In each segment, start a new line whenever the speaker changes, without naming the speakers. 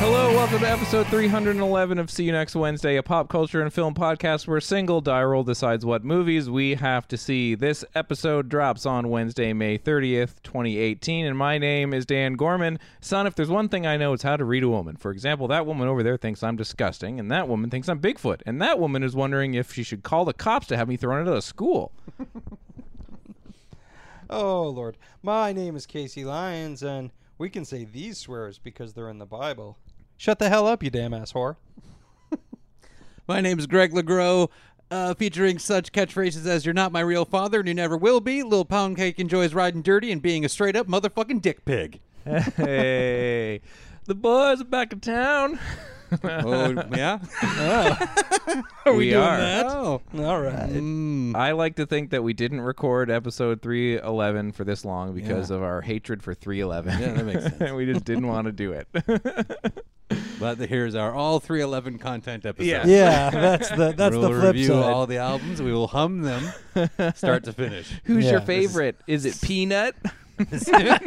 Hello, welcome to episode 311 of See You Next Wednesday, a pop culture and film podcast where a single die roll decides what movies we have to see. This episode drops on Wednesday, May 30th, 2018, and my name is Dan Gorman. Son, if there's one thing I know, it's how to read a woman. For example, that woman over there thinks I'm disgusting, and that woman thinks I'm Bigfoot, and that woman is wondering if she should call the cops to have me thrown out of school.
Oh Lord, my name is Casey Lyons, and we can say these swears because they're in the Bible. Shut the hell up, you damn ass whore!
My name's Greg LeGros, uh, featuring such catchphrases as "You're not my real father, and you never will be." Lil Pound Cake enjoys riding dirty and being a straight up motherfucking dick pig.
hey, the boys are back in town.
Oh yeah,
Are we, are.
Oh,
All right,
I like to think that we didn't record episode 311 for this long because of our hatred for 311.
Yeah, that makes sense.
we just didn't want to do it.
but here's our all three eleven content episode.
Yeah.
yeah, that's the that's
we'll
the flip
review
side.
all the albums. We will hum them, start to finish.
Who's
Yeah.
your favorite? Is it Peanut?
Is there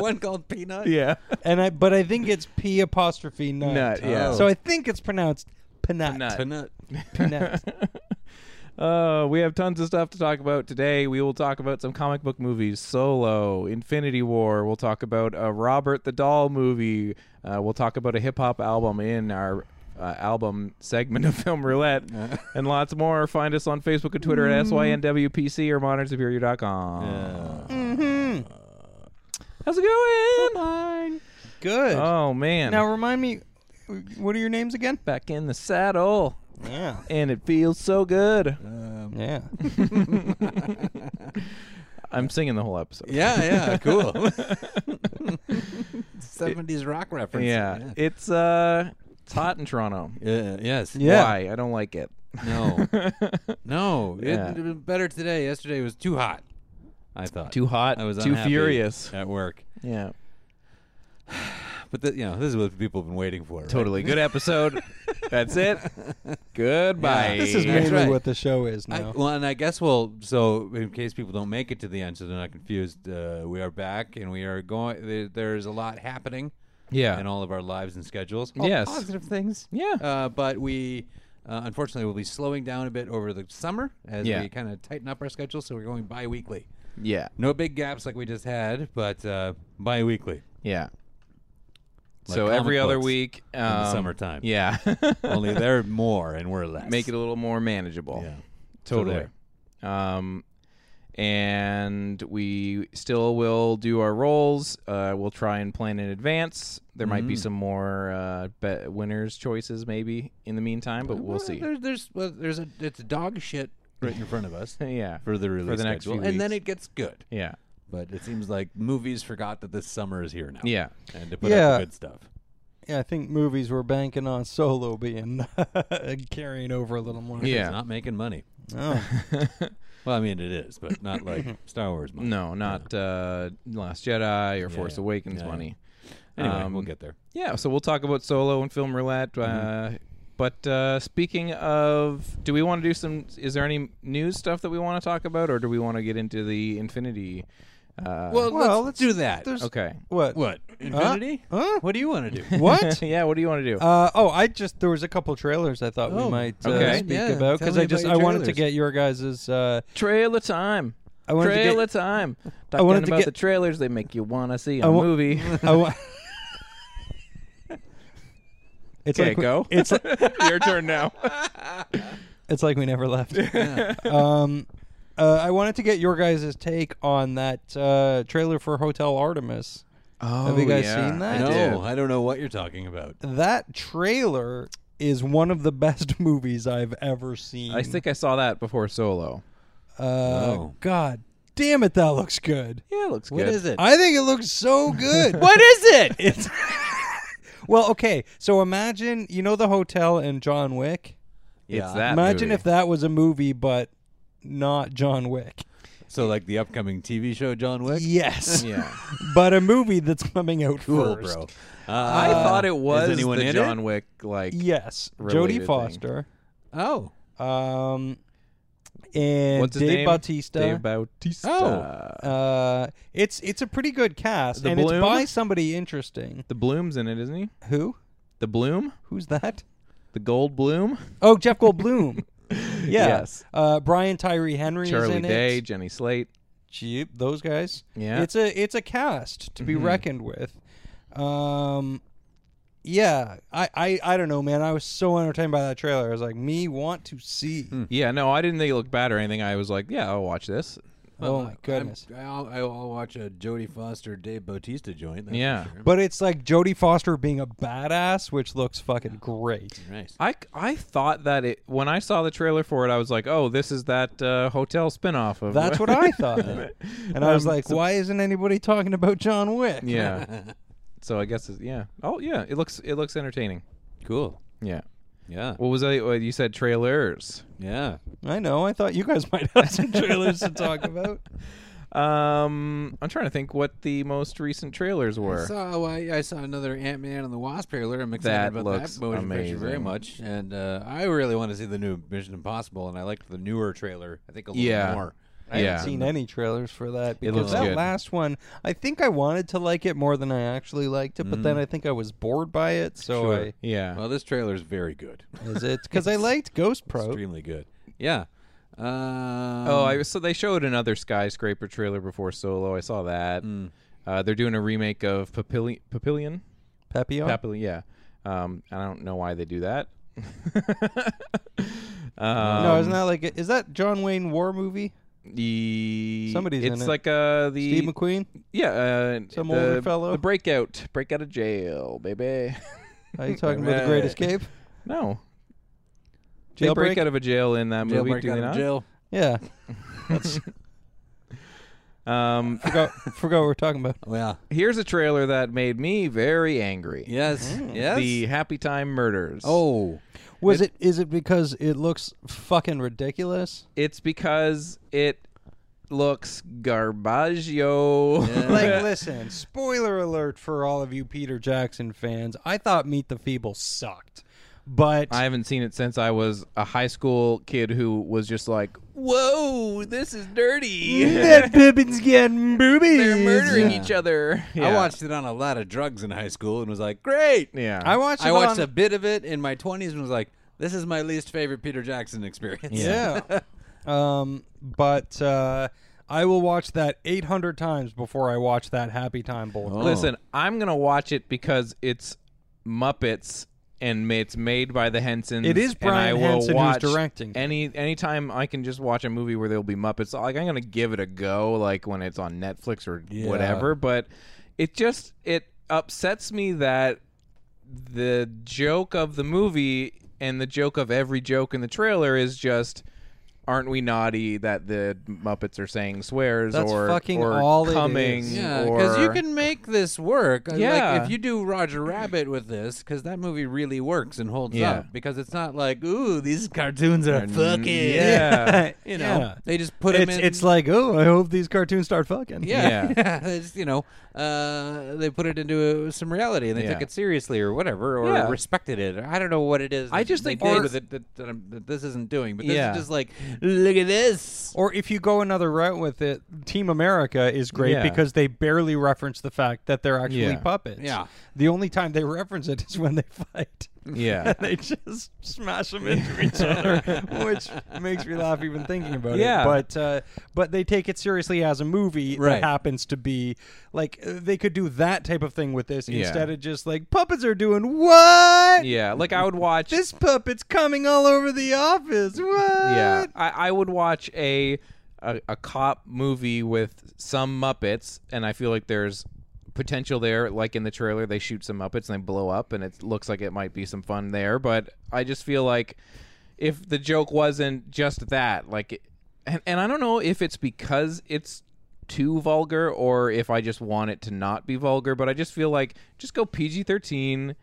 one called Peanut?
yeah.
and I, but I think it's p apostrophe nut.
Nut, yeah.
So I think it's pronounced penut.
Nut.
Peanut.
Penut.
Uh, we have tons of stuff to talk about today. We will talk about some comic book movies, Solo, Infinity War. We'll talk about a Robert the Doll movie. Uh, we'll talk about a hip hop album in our uh, album segment of Film Roulette, and lots more. Find us on Facebook and Twitter at SYNWPC or modernsuperior.com. How's it going?
Good.
Oh, man.
now remind me, what are your names again?
Back in the saddle,
Yeah, um,
and it feels so good.
yeah.
I'm singing the whole episode.
Yeah, yeah, cool. Seventies rock reference.
Yeah, it's uh, it's hot in Toronto.
yeah. Yes.
Yeah.
Why? I don't like it.
No. no.
Yeah.
It, it was better today. Yesterday was too hot. I thought.
Too hot,
I was
too
unhappy
furious.
at work.
Yeah,
But the, you know, this is what people have been waiting for. right?
totally good episode. That's it. Goodbye.
This is
That's
mainly
right.
what the show is
I,
now.
well, and I guess we'll. So, in case people don't make it to the end, so they're not confused, uh, we are back and we are going. There, there's a lot happening
yeah.
in all of our lives and schedules. All
Yes.
positive things.
Yeah.
Uh, but we, uh, unfortunately, will be slowing down a bit over the summer as
Yeah.
we kind of tighten up our schedule. So we're going bi-weekly.
yeah,
No big gaps like we just had, but uh, bi-weekly.
yeah.
Like
so
comic
every other
books
week um,
the summertime.
Yeah,
Only they're more and we're less.
make it a little more manageable.
Yeah.
totally. Um, and we still will do our roles. Uh, we'll try and plan in advance. There might
Mm-hmm.
be some more uh, bet winners choices maybe in the meantime, but we'll
Well,
see.
There's there's well, there's a it's dog shit right in front of us.
Yeah,
For the release
for the next few
schedule. and then
weeks.
it gets good.
Yeah,
But it seems like movies forgot that this summer is here now.
yeah.
And to put
Yeah.
out the good stuff.
yeah, I think movies were banking on Solo being carrying over a little more.
Yeah.
It's not making money.
Oh.
Well, I mean it is, but not like Star Wars money.
No, not uh, Last Jedi or Force
yeah.
Awakens
Yeah, yeah.
money.
Anyway, we'll
Um,
get there.
Yeah, so we'll talk about Solo and Film Roulette. Uh, but uh, speaking of, do we want to do some? Is there any news stuff that we want to talk about, or do we want to get into the Infinity Uh,
Well,
Well,
let's,
let's-
do that.
there's-
okay.
What?
What? Infinity?
Huh?
What do you want to do?
What?
yeah. What do you want to do?
Uh, oh, I just there was a couple trailers I thought
Oh,
we might uh,
okay.
speak
Yeah,
about
tell
because
me
I just
about your
I wanted to
trailers.
get your guys's. Uh,
trailer time.
I wanted to get-
trailer time. Talking
wanted to
about
get-
the trailers. They make you want to see a
wa-
movie.
I wa- it's
okay,
like we-
go.
It's like,
Your turn now.
it's like we never left. um, uh, I wanted to get your guys' take on that uh, trailer for Hotel Artemis.
Oh,
Have you guys seen that?
I
no,
did.
I don't know what you're talking about.
That trailer is one of the best movies I've ever seen.
I think I saw that before Solo.
Uh,
Oh.
God damn it, that looks good.
Yeah, it looks
What
good.
is it?
I think it looks so good.
what is it?
It's well, okay. So imagine you know the hotel in John Wick.
It's
Yeah.
that.
imagine
movie.
if that was a movie, but not John Wick.
So, like the upcoming TV show John Wick?
Yes,
Yeah.
but a movie that's coming out
Cool,
first.
bro.
I
Uh,
thought it
is
was
anyone
the
in
John
it?
Wick like
Yes,
Related
Jodie
thing.
Foster.
Oh.
Um, and
what's his
Dave
name?
Bautista.
Dave Bautista.
Oh.
uh, it's it's a pretty good cast,
The
and
Bloom?
it's by somebody interesting.
The Bloom's in it, isn't he?
Who?
The Bloom?
Who's that?
The Gold Bloom?
Oh, Jeff Goldblum. yeah.
Yes.
Uh, Brian Tyree Henry is
Charlie
in
Day,
it.
Jenny Slate.
Jeep, those guys.
Yeah. Mm-hmm.
It's a it's a cast to be reckoned with. Um yeah, I, I I don't know, man. I was so entertained by that trailer. I was like, me want to see.
Yeah, no, I didn't think it looked bad or anything. I was like, yeah, I'll watch this.
Oh my goodness.
I'll, I'll watch a Jodie Foster, Dave Bautista joint. that's
Yeah.
for sure.
But it's like Jodie Foster being a badass, which looks fucking great.
Nice.
I, I thought that it when I saw the trailer for it, I was like, oh, this is that uh, hotel spinoff of
That's what I thought. and I was like, why isn't anybody talking about John Wick?
Um, yeah. so I guess it's, yeah. Oh yeah, it looks it looks entertaining.
Cool.
Yeah.
Yeah.
What was I? What you said trailers.
Yeah.
I know. I thought you guys might have some trailers to talk about.
Um, I'm trying to think what the most recent trailers were.
So uh, I, I saw another Ant Man and the Wasp trailer. I'm
That
excited about
looks
that motion picture very
amazing.
much, and uh, I really want to see the new Mission Impossible. And I liked the newer trailer. I think a little
Yeah.
more.
I
I
yeah.
haven't seen any trailers for
looks
that because that
good.
last one, I think I wanted to like it more than I actually liked it,
Mm.
but then I think I was bored by it. So
Sure.
I
Yeah.
Well, this trailer is very good.
is it because I liked Ghost Pro.
Extremely good. Yeah. Um,
Mm.
Oh, I so they showed another skyscraper trailer before Solo. I saw that.
Mm.
Uh, they're doing a remake of Papilli- Papillion.
Papillon.
Papillion, yeah. Um, I don't know why they do that.
no,
um,
isn't that like a, is that John Wayne war movie?
The
Somebody's in
it's
it.
like uh the
Steve McQueen.
yeah uh,
Some
the,
older fellow?
the breakout breakout of jail baby.
Are you talking about the Great Escape?
no, they break
Jailbreak.
out of a jail in that movie.
Jailbreak
Do
out
they
of
not?
jail.
Yeah,
Um,
forgot forgot what we're talking about.
Well,
here's a trailer that made me very angry.
yes, yes.
Hmm. The Happy Time Murders.
oh,
Was it is it because it looks fucking ridiculous?
It's because it looks garbaggio.
Like, listen, spoiler alert for all of you Peter Jackson fans. I thought Meet the Feeble sucked, but
I haven't seen it since I was a high school kid who was just like, "Whoa, this is dirty.
That Pippin's getting boobies.
They're murdering
Yeah.
each other."
I
Yeah.
watched it on a lot of drugs in high school and was like, great.
Yeah,
I watched. It
I watched
on,
a bit of it in my 20s and was like, this is my least favorite Peter Jackson experience.
Yeah. um, but uh, I will watch that 800 times before I watch that Happy Time Bowl.
Listen, I'm gonna watch it because it's Muppets and ma- it's made by the Hensons.
It is
and I
Brian
will
Henson who's
watch
directing.
Any anytime I can just watch a movie where there'll be Muppets, like I'm gonna give it a go, like when it's on Netflix or whatever. But it just it upsets me that the joke of the movie and the joke of every joke in the trailer is just. Aren't we naughty that the Muppets are saying swears
That's
or
fucking
or
all it is.
coming
Yeah,
or
because you can make this work. Uh,
Yeah.
like if you do Roger Rabbit with this, because that movie really works and holds
Yeah.
up. Because it's not like, ooh, these cartoons are fucking.
yeah
you know,
Yeah.
they just put them
It's,
in.
it's like, oh, I hope these cartoons start fucking.
yeah, They just, you know, uh, they put it into uh some reality and they
Yeah.
took it seriously or whatever, or
Yeah.
respected it. I don't know what it is.
I
that
just
they
think
did
art-
with it that, that, I'm- that this isn't doing, but this
Yeah.
is just like Look at this.
Or if you go another route with it, Team America is great
Yeah.
because they barely reference the fact that they're actually
Yeah.
puppets.
Yeah.
The only time they reference it is when they fight.
Yeah.
they just smash them into each other, which makes me laugh even thinking about
Yeah.
it. But uh, but they take it seriously as a movie
Right.
that happens to be like uh, they could do that type of thing with this
Yeah.
instead of just like puppets are doing what?
yeah. Like I would watch
This puppet's coming all over the office. What?
Yeah, I, I would watch a, a a cop movie with some Muppets, and I feel like there's potential there. Like in the trailer, they shoot some Muppets and they blow up, and it looks like it might be some fun there. But I just feel like if the joke wasn't just that, like, it- and and I don't know if it's because it's too vulgar or if I just want it to not be vulgar, but I just feel like just go PG thirteen,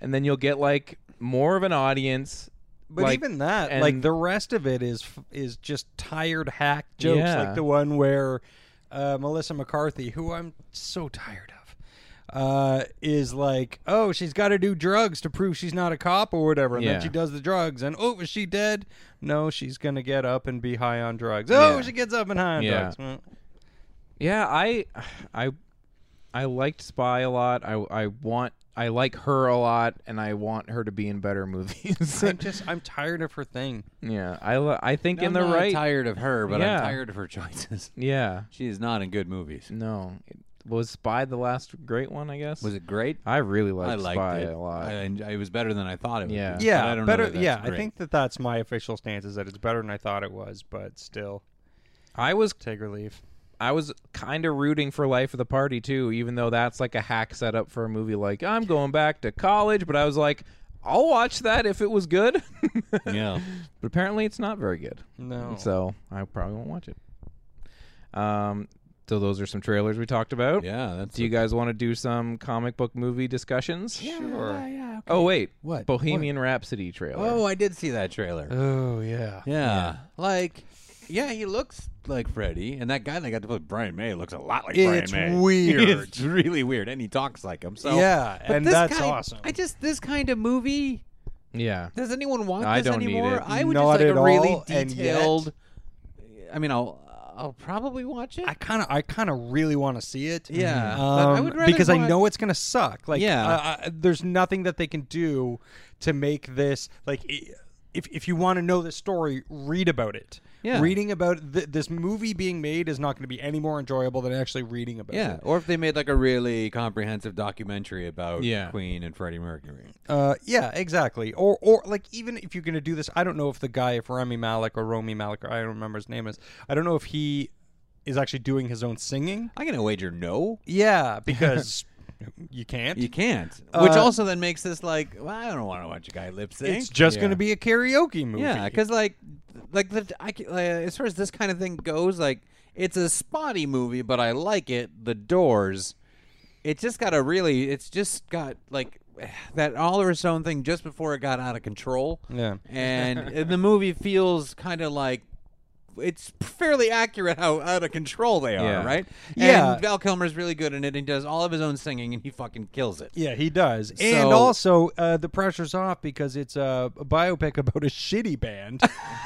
and then you'll get like more of an audience.
But
like,
even that,
and-
like the rest of it is f- is just tired hack jokes,
Yeah.
like the one where uh, Melissa McCarthy, who I'm so tired of, uh, is like, "Oh, she's got to do drugs to prove she's not a cop or whatever," and
Yeah.
then she does the drugs, and oh, is she dead? No, she's gonna get up and be high on drugs. Oh,
Yeah.
she gets up and high on
Yeah.
drugs. Mm.
Yeah, I, I, I liked Spy a lot. I, I want, I like her a lot, and I want her to be in better movies.
I'm just, I'm tired of her thing.
yeah, I, li- I think in
I'm
the
not
right.
tired of her, but
Yeah.
I'm tired of her choices.
Yeah,
She is not in good movies.
no, was Spy the last great one? I guess
Was it great?
I really liked,
I liked
Spy
it
a lot.
I, en- it was better than I thought it would.
Yeah.
be,
Yeah,
but I don't know
better.
that that's
yeah, I
great.
think that that's my official stance is that it's better than I thought it was, but still,
I was,
take or leave.
I was kind of rooting for Life of the Party too, even though that's like a hack setup for a movie. Like I'm going back to college, but I was like, I'll watch that if it was good. but
Yeah.
apparently, it's not very good.
No.
So I probably won't watch it. Um, so those are some trailers we talked about.
Yeah, that's
Do you guys want to do some comic book movie discussions?
Sure.
Oh wait,
What?
Bohemian Rhapsody trailer?
Oh, I did see that trailer.
Oh yeah.
yeah. Like yeah, he looks like Freddy, and that guy that got to play Brian May looks a lot like
It's
Brian May.
weird.
it's really weird, and he talks like him. So
Yeah,
But
and
this
that's
kind-
awesome.
I just this kind of movie.
yeah.
Does anyone want
I
this
don't need
anymore?
it.
I would
Not
just like
at
a really
all, and yet-
detailed. I mean, I'll I'll probably watch it.
I kind of, I kind of really want to see it.
Yeah, but I
um,
would rather
because I
watch-
know it's gonna suck. Like,
Yeah.
uh, I, there's nothing that they can do to make this like. i if if you want to know the story, read about it.
Yeah.
reading about th- this movie being made is not going to be any more enjoyable than actually reading about
yeah,
it.
or if they made like a really comprehensive documentary about
Yeah.
Queen and Freddie Mercury.
Uh, yeah, exactly. Or, or like, even if you're going to do this, I don't know if the guy, if Rami Malik or Romy Malik, or I don't remember his name is, I don't know if he is actually doing his own singing.
I'm gonna wager no.
Yeah, because you can't.
You can't.
Uh,
Which also then makes this like, well, I don't want to watch a guy lip sync.
It's just going to be a karaoke movie.
yeah, because like, like the I, ca- uh, as far as this kind of thing goes, like it's a spotty movie, but I like it. The Doors. It's just got a really. It's just got like that Oliver Stone thing just before it got out of control.
Yeah.
and and the movie feels kind of like. It's fairly accurate how out of control they are,
Yeah.
right?
Yeah.
And Val Kilmer's really good in it. He does all of his own singing and he fucking kills it.
Yeah, he does. and
So-
also, uh, the pressure's off because it's a, a biopic about a shitty band,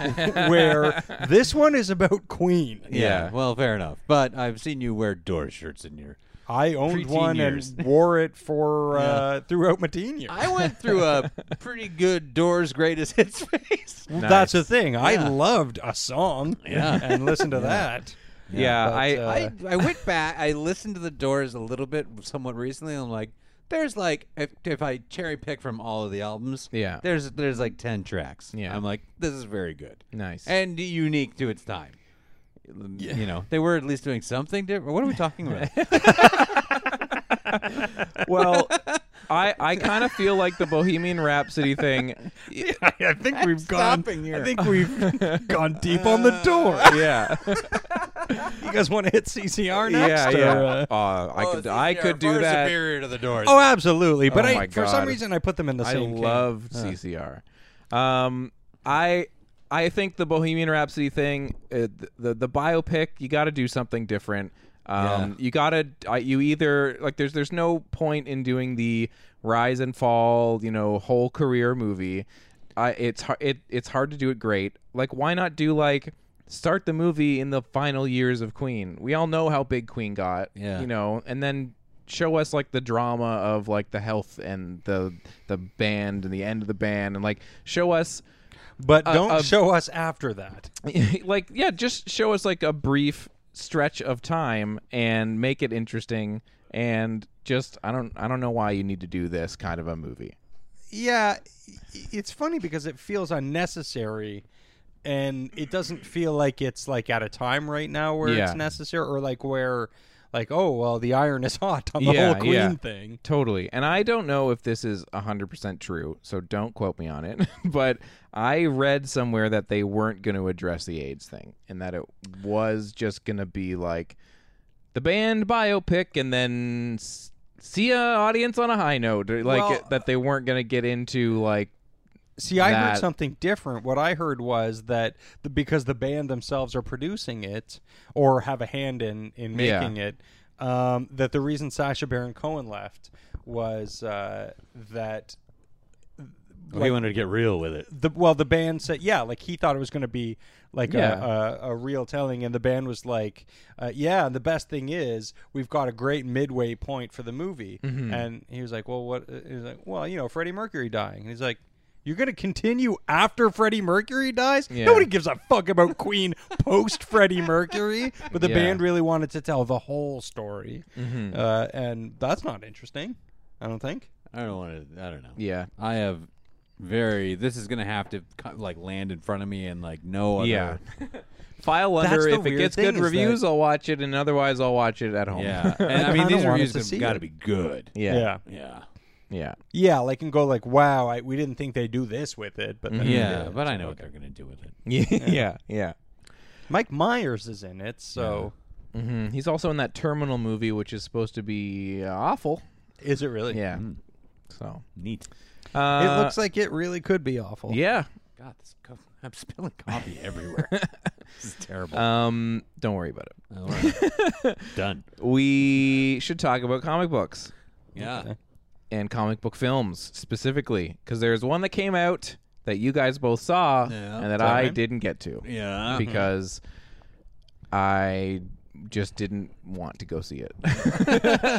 where this one is about Queen.
Yeah.
Yeah.
Well, fair enough. But I've seen you wear door shirts in your.
I owned
Preteen
one
years.
and wore it for uh, throughout my teen years.
I went through a pretty good Doors Greatest Hits phase.
Well, That's the thing. I loved a song
Yeah.
and listened to that.
Yeah, I,
but, uh,
I, I went back. I listened to the Doors a little bit, somewhat recently. And I'm like, there's like if, if I cherry pick from all of the albums,
Yeah.
There's there's like ten tracks.
Yeah.
I'm like, this is very good,
Nice.
and unique to its time. You know, they were at least doing something different. What are we talking about?
well, I I kind of feel like the Bohemian Rhapsody thing.
I think we've gone.
Stopping here. Uh,
I think we've gone deep on the door.
Yeah,
You guys want to hit CCR next?
yeah,
or,
yeah.
uh,
Uh, I
Oh,
could
it's
I
CCR,
could do
far
that.
Superior to the Doors.
Oh, absolutely. But
Oh my
I, for some
God.
reason, I put them in the
I
same. camp.
love CCR. Um, I I think the Bohemian Rhapsody thing, uh, the, the the biopic, you got to do something different. Um, you gotta uh, you either like there's there's no point in doing the rise and fall, you know, whole career movie. I it's hard it, it's hard to do it great. Like why not do like start the movie in the final years of Queen? We all know how big Queen got,
Yeah.
you know, and then show us like the drama of like the health and the the band and the end of the band and like show us
But don't
uh,
show us after that.
like yeah just show us like a brief stretch of time and make it interesting and just i don't i don't know why you need to do this kind of a movie
Yeah, i- it's funny because it feels unnecessary, and it doesn't feel like it's like at a time right now where
Yeah.
it's necessary, or like where, like oh well, the iron is hot on the
Yeah,
whole Queen
yeah.
thing.
Totally. And I don't know if this is 100% true, so don't quote me on it. but I read somewhere that they weren't going to address the AIDS thing and that it was just going to be like the band biopic and then s- see a audience on a high note. or Like
Well-
it- that they weren't going to get into like.
See, I heard
that-
something different. What I heard was that the, because the band themselves are producing it or have a hand in in
Yeah.
making it, um, that the reason Sasha Baron Cohen left was uh, that
we wanted to get real with it.
the well the band said yeah like he thought it was going to be like
Yeah.
a, a, a real telling and the band was like uh, yeah the best thing is we've got a great midway point for the movie
Mm-hmm.
and he was like well what he was like well you know freddie mercury dying and he's like you're going to continue after freddie mercury dies
Yeah.
nobody gives a fuck about queen post freddie mercury but the
Yeah. Mm-hmm.
band really wanted to tell the whole story uh, and that's not interesting i don't think
I don't want to. I don't know.
Yeah.
I have very. This is gonna have to co- like land in front of me and like no other.
Yeah. File
That's
under
the
if it
weird
gets
thing
good
is that-
reviews, I'll watch it, and otherwise, I'll watch it at home.
Yeah. And I,
I
mean,
kinda
these
wanted
reviews
to
have
see
got to
it.
be good.
yeah, yeah,
yeah
Yeah.
yeah.
Yeah, like and go like, wow, I, we didn't think they'd do this with it, but then they
Yeah,
did.
but I know what they're gonna do with it.
yeah. yeah.
Mike Myers is in it, so
Mm, He's also in that Terminal movie, which is supposed to be uh, awful.
is it really?
Yeah. So
Neat.
uh,
Mm-hmm. it looks like it really could be awful.
yeah.
God, this co- I'm spilling coffee everywhere. this is terrible.
Um, don't worry about it.
All right. Done.
We should talk about comic books
Yeah.
and comic book films specifically, because there's one that came out that you guys both saw
Yeah.
and that I didn't get to
Yeah.
Uh-huh. because I just didn't want to go see it,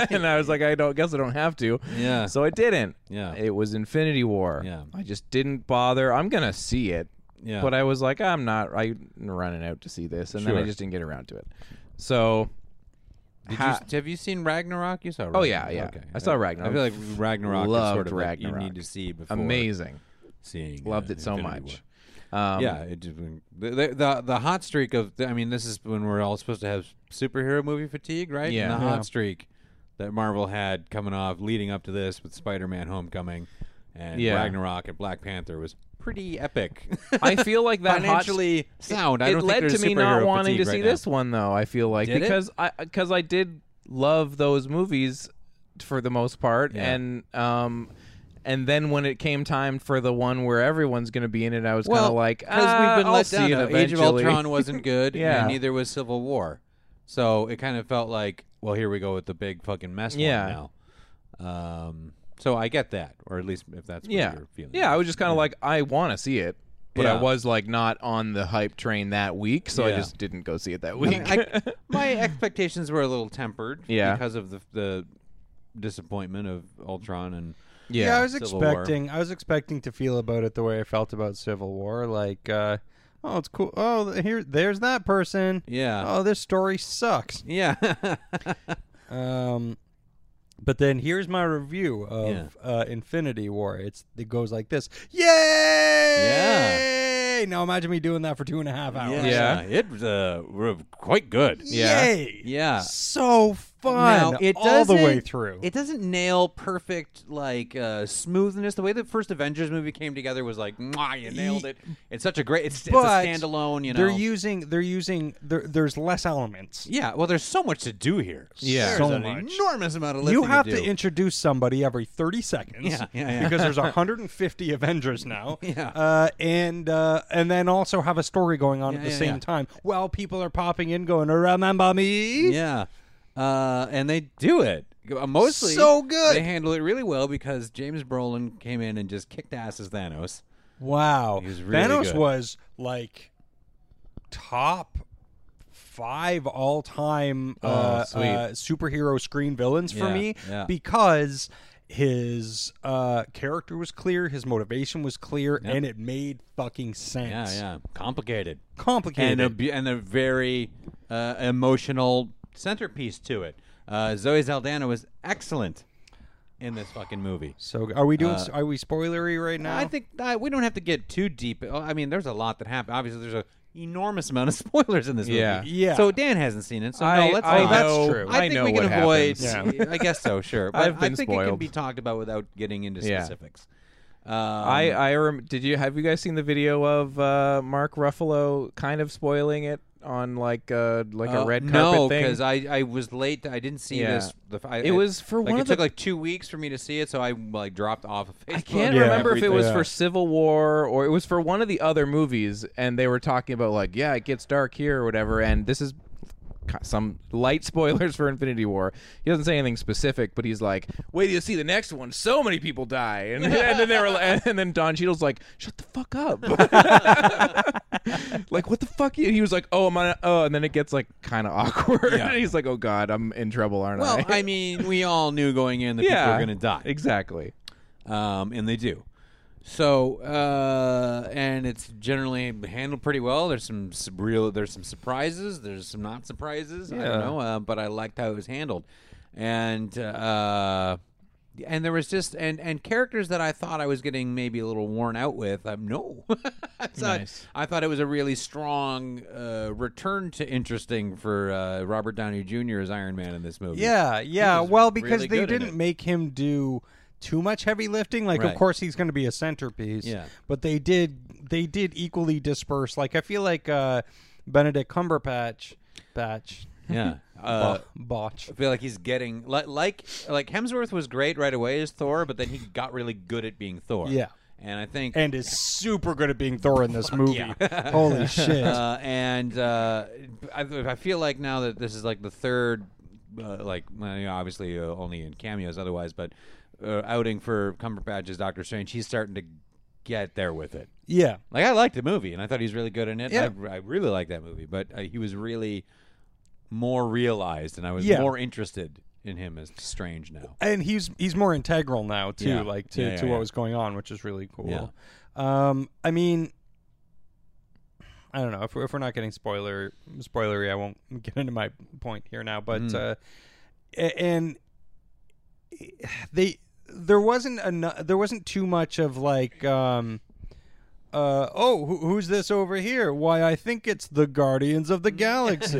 and I was like, I don't guess I don't have to.
Yeah.
So I didn't.
Yeah.
It was Infinity War.
Yeah.
I just didn't bother. I'm gonna see it.
Yeah.
But I was like, I'm not. I'm running out to see this, and then I
Sure.
just didn't get around to it. So.
Did
ha- Oh,
you, have you seen Ragnarok? You saw. Ragnarok.
yeah, yeah. I saw Ragnarok.
I feel like Ragnarok is
Loved
sort of like you
Ragnarok.
need to see before
amazing.
seeing. uh,
Loved it so
Infinity
much.
War.
Um,
yeah, it just, the, the- the the hot streak of I mean, this is when we're all supposed to have superhero movie fatigue, right?
Yeah.
and the
Yeah.
hot streak that Marvel had coming off, leading up to this with Spider-Man: Homecoming, and
Yeah.
Ragnarok and Black Panther was pretty epic.
I feel like that hot-
financially sound. I
it
don't think
led
there's
to me
superhero
not wanting to
fatigue
see
right now.
this one though. I feel like
Did it?
because I because I did love those movies for the most part,
Yeah.
and um, and then when it came time for the one where everyone's going to be in it, I was kind of like,
because
"Ah,
we've been
I'll
let
see
down.
it
now. Age of
eventually."
Ultron wasn't good,
Yeah.
and neither was Civil War. So it kind of felt like, well, here we go with the big fucking mess one
Yeah.
now. Um, so I get that, or at least if that's what
yeah,
you're feeling.
yeah. I was just kind of like, I want to see it. But I
Yeah.
was like not on the hype train that week, so I
Yeah.
just didn't go see it that
I
week.
mean, I- my expectations were a little tempered,
Yeah.
because of the the disappointment of Ultron and
yeah,
Yeah, I was
Civil War.
expecting I was expecting to feel about it the way I felt about Civil War, like uh, oh it's cool. Oh here there's that person.
Yeah.
Oh this story sucks.
yeah,
Um, but then here's my review of
Yeah.
uh, Infinity War. It's it goes like this: Yay! Now imagine me doing that for two and a half hours.
Yeah.
it was uh, were quite good.
Yeah.
Yay!
Yeah.
So fun
Now, it
all the way
doesn't-
through.
It doesn't nail perfect like uh, smoothness. The way the first Avengers movie came together was like, "Mwah, you nailed it. It's such a great. It's, it's a
but
standalone. You know.
they're using they're using there, there's less elements.
yeah. Well, there's so much to do here.
Yeah.
There's
So
an
much.
enormous amount of lifting
You have
to,
to
do.
introduce somebody every 30 seconds
Yeah, yeah, yeah.
because there's 150 Avengers now.
Yeah.
Uh, and uh, and then also have a story going on at the
yeah,
same
yeah.
time while people are popping in going, remember me?
Yeah. Uh, and they do it. Uh, Mostly
So good.
They handle it really well because James Brolin came in and just kicked ass as Thanos.
Wow.
He was really
Thanos
good.
was like top five all time uh,
Oh, sweet.
uh, superhero screen villains for
Yeah,
me
yeah.
because his uh, character was clear, his motivation was clear, and it made fucking
Yeah,
sense.
yeah. Complicated.
Complicated.
And a, bu- and a very uh, emotional centerpiece to it. Uh, Zoe Zaldana was excellent in this fucking movie.
so are we doing? are we spoilery right now?
uh, I think that we don't have to get too deep. Oh, I mean, there's a lot that happened. Obviously, there's a enormous amount of spoilers in this
Yeah.
movie.
Yeah.
So Dan hasn't seen it. So
I-
no, let's.
I
not.
know-
I,
I
think
know
we can
what
avoid.
happens.
I guess so. Sure. But
I've
I
been
think it can
spoiled.
be talked about without getting into
Yeah.
specifics. Um,
I I rem- did you have you guys seen the video of uh, Mark Ruffalo kind of spoiling it on like a like
Uh,
a red carpet
no,
thing?
because I, I was late. I didn't see
Yeah.
this. The, I,
It
I-
was for
like,
one
it
of
took
the-
like two weeks for me to see it, so I like dropped off. Of
I can't
Yeah.
remember if it was
Yeah.
for Civil War or it was for one of the other movies, and they were talking about like, yeah, it gets dark here or whatever. And this is ki- some light spoilers for Infinity War. He doesn't say anything specific, but he's like, wait till you see the next one. So many people die, and, and then they were, li- and then Don Cheadle's like, shut the fuck up. like what the fuck? you-" He was like, oh, am I? Oh, and then it gets like kind of awkward. and he's like, oh god, I'm in trouble, aren't
Well,
I?
I mean, we all knew going in that people
yeah,
were going to die.
Exactly.
um, and they do. So, uh, and it's generally handled pretty well. There's some s- real, there's some surprises, there's some not surprises. I don't
Yeah.
know, uh, but I liked how it was handled, and uh, and there was just and and characters that I thought I was getting maybe a little worn out with. Um, no, I thought
Nice.
I thought it was a really strong uh, return to interesting for uh, Robert Downey Jr. as Iron Man in this movie.
Yeah, yeah. Well, because
really
they
good in
didn't
it.
make him do too much heavy lifting. Like,
Right.
of course, he's going to be a centerpiece.
Yeah.
But they did they did equally disperse. Like, I feel like uh, Benedict Cumberbatch, batch,
yeah. Uh,
botch.
I feel like he's getting like like like Hemsworth was great right away as Thor, but then he got really good at being Thor.
Yeah.
and I think
And is super good at being Thor in this movie. Holy shit!
uh, and uh, I, I feel like now that this is like the third, uh, like well, you know, obviously uh, only in cameos otherwise, but uh, outing for Cumberbatch as Doctor Strange, he's starting to get there with it.
yeah,
Like I liked the movie, and I thought he was really good in it.
Yeah.
I, I really liked that movie, but uh, he was really more realized, and I was
Yeah.
more interested in him as Strange now.
and he's he's more integral now too,
Yeah.
like to,
Yeah, yeah,
to
yeah.
what was going on, which is really cool.
Yeah.
Um, I mean, I don't know if we're, if we're not getting spoiler spoilery, I won't get into my point here now, but
Mm.
uh, a- and they there wasn't enough, there wasn't too much of like. Um, uh, oh, who, who's this over here? Why, I think it's the Guardians of the Galaxy.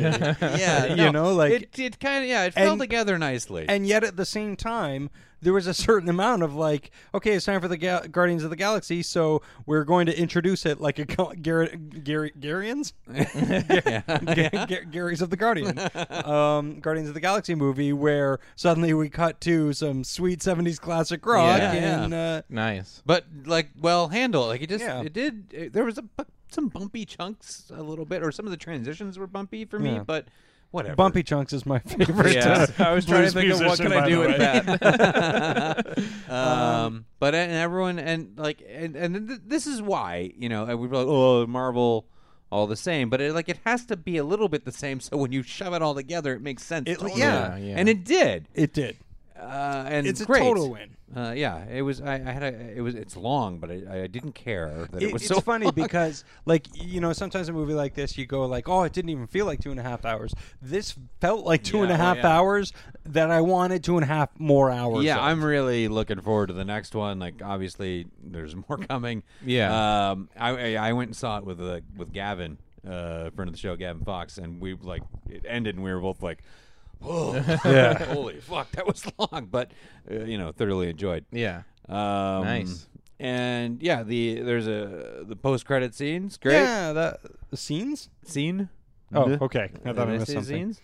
yeah,
you
no,
know, like
it, it kind of yeah, it fell
and-
together nicely.
and yet at the same time there was a certain amount of like okay it's time for the Ga- guardians of the galaxy so we're going to introduce it like a Gal- Gar- Gar- Garians? Ga- Ga- Gary's of the Guardian, um, Guardians of the Galaxy movie, where suddenly we cut to some sweet '70s classic rock,
Yeah.
and uh,
Nice.
but like well handled, like it just
Yeah.
it did. It, there was a bu- some bumpy chunks a little bit, or some of the transitions were bumpy for me,
Yeah.
but whatever.
Bumpy Chunks is my favorite.
Yeah, I was trying to think of what
musician,
can I
by
do
the
with
way.
that.
um, but and everyone and like and and th- this is why you know and we were like oh Marvel all the same, but it, like it has to be a little bit the same. So when you shove it all together, it makes sense.
It-
totally.
yeah.
Yeah, yeah.
and it did.
It did.
uh, and
It's a
great.
total win.
Uh, yeah, it was. I, I had a. It was. It's long, but I, I didn't care that it,
It-
was
it's
so
funny because like you know sometimes a movie like this you go like oh it didn't even feel like two and a half hours this felt like two and a
Yeah, oh,
half
yeah.
hours that i wanted two and a half more hours
Yeah,
of.
I'm really looking forward to the next one. Like, obviously, there's more coming.
Yeah.
Um, I I I went and saw it with uh, with Gavin, uh, friend of the show, Gavin Fox, and we like it ended, and we were both like, "Whoa, holy fuck, that was long," but uh, you know, thoroughly enjoyed.
yeah.
Um,
Nice.
And yeah, the there's a the post credit scenes. Great
yeah that the scenes
scene.
oh okay i thought i
Did
missed
say
something
Scenes?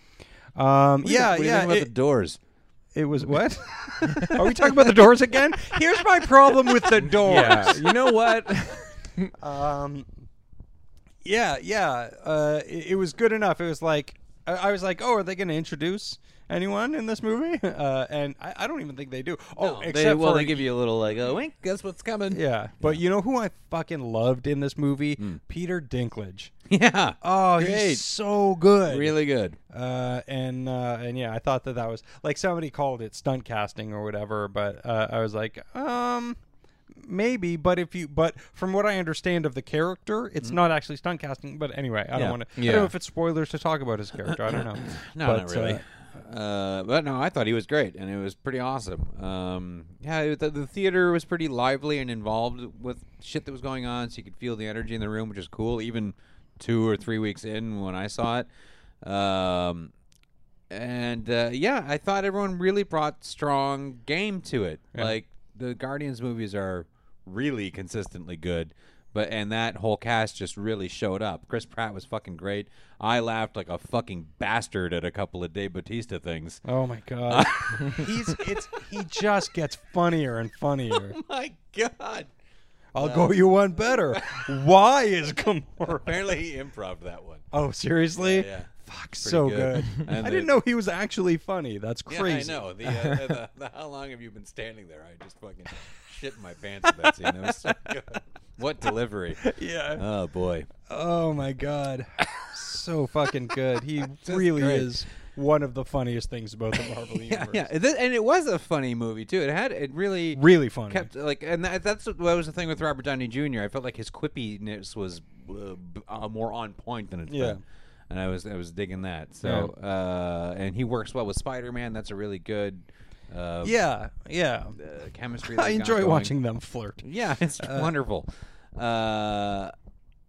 um
What do you-
yeah
what do you
yeah
think about
it-
the doors.
It was what? Are we talking about the doors again? Here's my problem with the doors.
Yeah. you know what?
Um, yeah, yeah. Uh, it, it was good enough. It was like I, I was like, oh, are they going to introduce anyone in this movie? Uh, and I, I don't even think they do. Oh,
No,
except
they, well,
for
they give you a little like a wink. Guess what's coming?
yeah. But you know who I fucking loved in this movie? Peter Dinklage.
Hmm. yeah.
Oh,
Great.
he's so good.
really good.
Uh, and uh, and yeah, I thought that that was like somebody called it stunt casting or whatever, but uh, I was like, um, maybe. But if you, but from what I understand of the character, it's not actually stunt casting. But anyway, I
Hmm. Yeah.
don't want to. I
Yeah.
don't know if it's spoilers to talk about his character. I don't know.
No,
but,
not really.
uh,
Uh, but no, I thought he was great, and it was pretty awesome. Um, yeah, it- the, the theater was pretty lively and involved with shit that was going on, so you could feel the energy in the room, which is cool. Even two or three weeks in, when I saw it, um, and uh, yeah, I thought everyone really brought strong game to it. Like the Guardians movies are really consistently good, but and that whole cast just really showed up. Chris Pratt was fucking great. I laughed like a fucking bastard at a couple of Dave Batista things.
oh my god, he's it's he just gets funnier and funnier.
my god!
I'll go you one better. Why is Gamora?
Apparently he improv that one.
Oh seriously?
yeah.
Fuck,
Pretty
so
good.
good.
And
I
the-
didn't know he was actually funny. That's crazy.
Yeah, I know. The, uh, the, the, the how long have you been standing there? I just fucking shit my pants at that scene. That was so good. What delivery?
Yeah.
Oh boy.
Oh my god, so fucking good. He really
great.
is one of the funniest things about the Marvel universe.
Yeah, and th- and it was a funny movie too. It had it really
Really funny.
kept like, and that, that's what was the thing with Robert Downey Jr. I felt like his quippiness was uh, b- uh, more on point than it's
Yeah.
been. And I was I was digging that. So uh, and he works well with Spider Man. That's a really good uh,
yeah, yeah.
uh, chemistry.
I
they've got
enjoy
going.
watching them flirt.
Yeah, it's wonderful. Uh,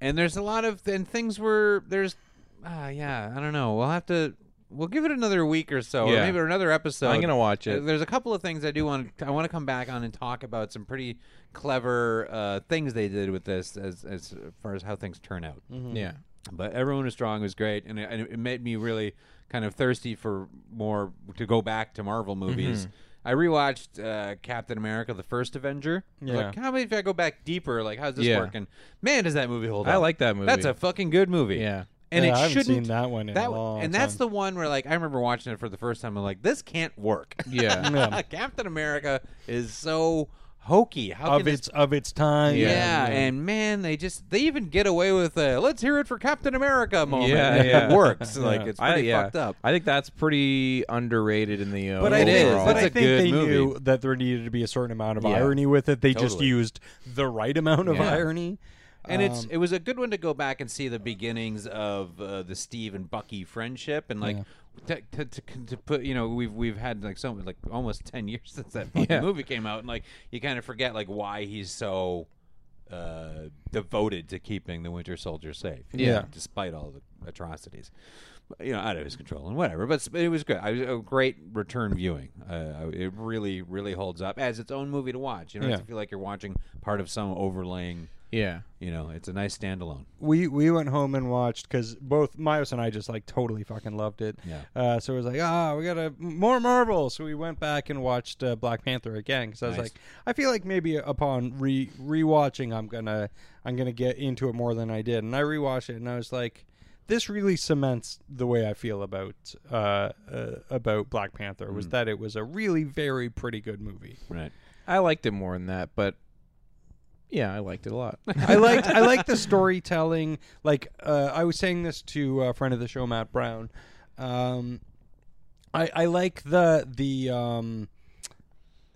and there's a lot of and things were there's uh, yeah I don't know we'll have to we'll give it another week or so or
Yeah.
maybe another episode.
I'm gonna watch it.
Uh, There's a couple of things I do want I want to come back on and talk about some pretty clever uh, things they did with this as as far as how things turn out.
Yeah.
But everyone was strong. It was great, and it, and it made me really kind of thirsty for more to go back to Marvel
Mm-hmm.
movies. I rewatched uh, Captain America: The First Avenger. I was
Yeah.
like, how about if I go back deeper? Like, how's this
Yeah.
working? Man, does that movie hold
I
up?
like that movie.
That's a fucking good movie.
Yeah.
and
Yeah,
it
I haven't
shouldn't.
seen that one in a
w-
long
and that's
time.
the one where like I remember watching it for the first time. I'm like, this can't work.
Yeah.
Captain America is so hokey. How
Of
can this
its of its time.
yeah, and man, they just they even get away with a "Let's hear it for Captain America" moment.
Yeah,
And
yeah.
it works. Like it's
I,
pretty
yeah.
fucked up.
I think that's pretty underrated in the. Uh,
But I
It
think,
is.
But
That's
I
a
think
good
they
movie.
knew that there needed to be a certain amount of
Yeah.
irony with it. They just
Totally.
used the right amount of
Yeah.
irony.
and it's
Um,
it was a good one to go back and see the beginnings of uh, the Steve and Bucky friendship and like to, to, to, to put you know we've we've had like so like almost ten years since that fucking
Yeah.
movie came out and like you kind of forget like why he's so uh, devoted to keeping the Winter Soldier safe. you know,
Yeah.
despite all the atrocities. But, You know, out of his control and whatever, but s- it was good. I was a great return viewing. Uh, I- it really, really holds up as its own movie to watch. You don't have
Yeah.
to feel like you're watching part of some overlaying
yeah.
you know, it's a nice standalone.
we we went home and watched because both Myos and I just like totally fucking loved it.
Yeah.
Uh, so it was like, ah, we got a more Marvel. So we went back and watched uh, Black Panther again because I was
Nice.
like, I feel like maybe upon re rewatching, I'm gonna I'm gonna get into it more than I did. And I rewatched it and I was like, this really cements the way I feel about uh, uh about Black Panther
Mm.
was that it was a really very pretty good movie.
Right.
I liked it more than that, but yeah, I liked it a lot.
I liked I liked the storytelling. Like uh, I was saying this to a friend of the show, Matt Brown. Um, I I like the the um,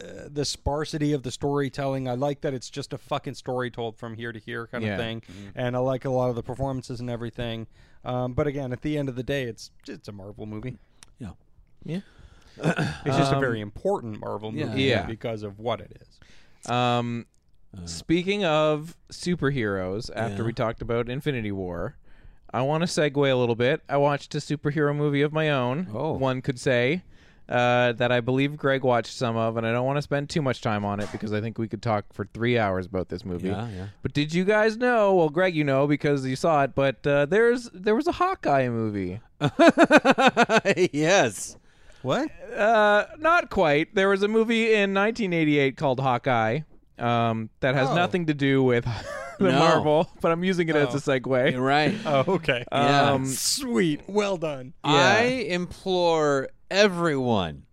uh, the sparsity of the storytelling. I like that it's just a fucking story told from here to here kind
Yeah. Mm-hmm.
of thing, and I like a lot of the performances and everything. Um, but again, at the end of the day, it's it's a Marvel movie.
Yeah.
yeah.
It's just a very important Marvel movie
Um, Yeah.
because of what it is.
Um, speaking of superheroes, after
Uh. Yeah.
we talked about Infinity War, I want to segue a little bit. I watched a superhero movie of my own.
Oh.
one could say. Uh, that I believe Greg watched some of, and I don't want to spend too much time on it because I think we could talk for three hours about this movie.
Yeah, yeah.
But did you guys know? Well, Greg, you know because you saw it. But uh, there's there was a Hawkeye movie.
yes.
What?
Uh, not quite. There was a movie in 1988 called Hawkeye um, that has nothing to do with the
No.
Marvel, but I'm using it as a segue.
You're right.
Oh, okay.
Yeah.
Um,
Sweet. Well done.
I implore everyone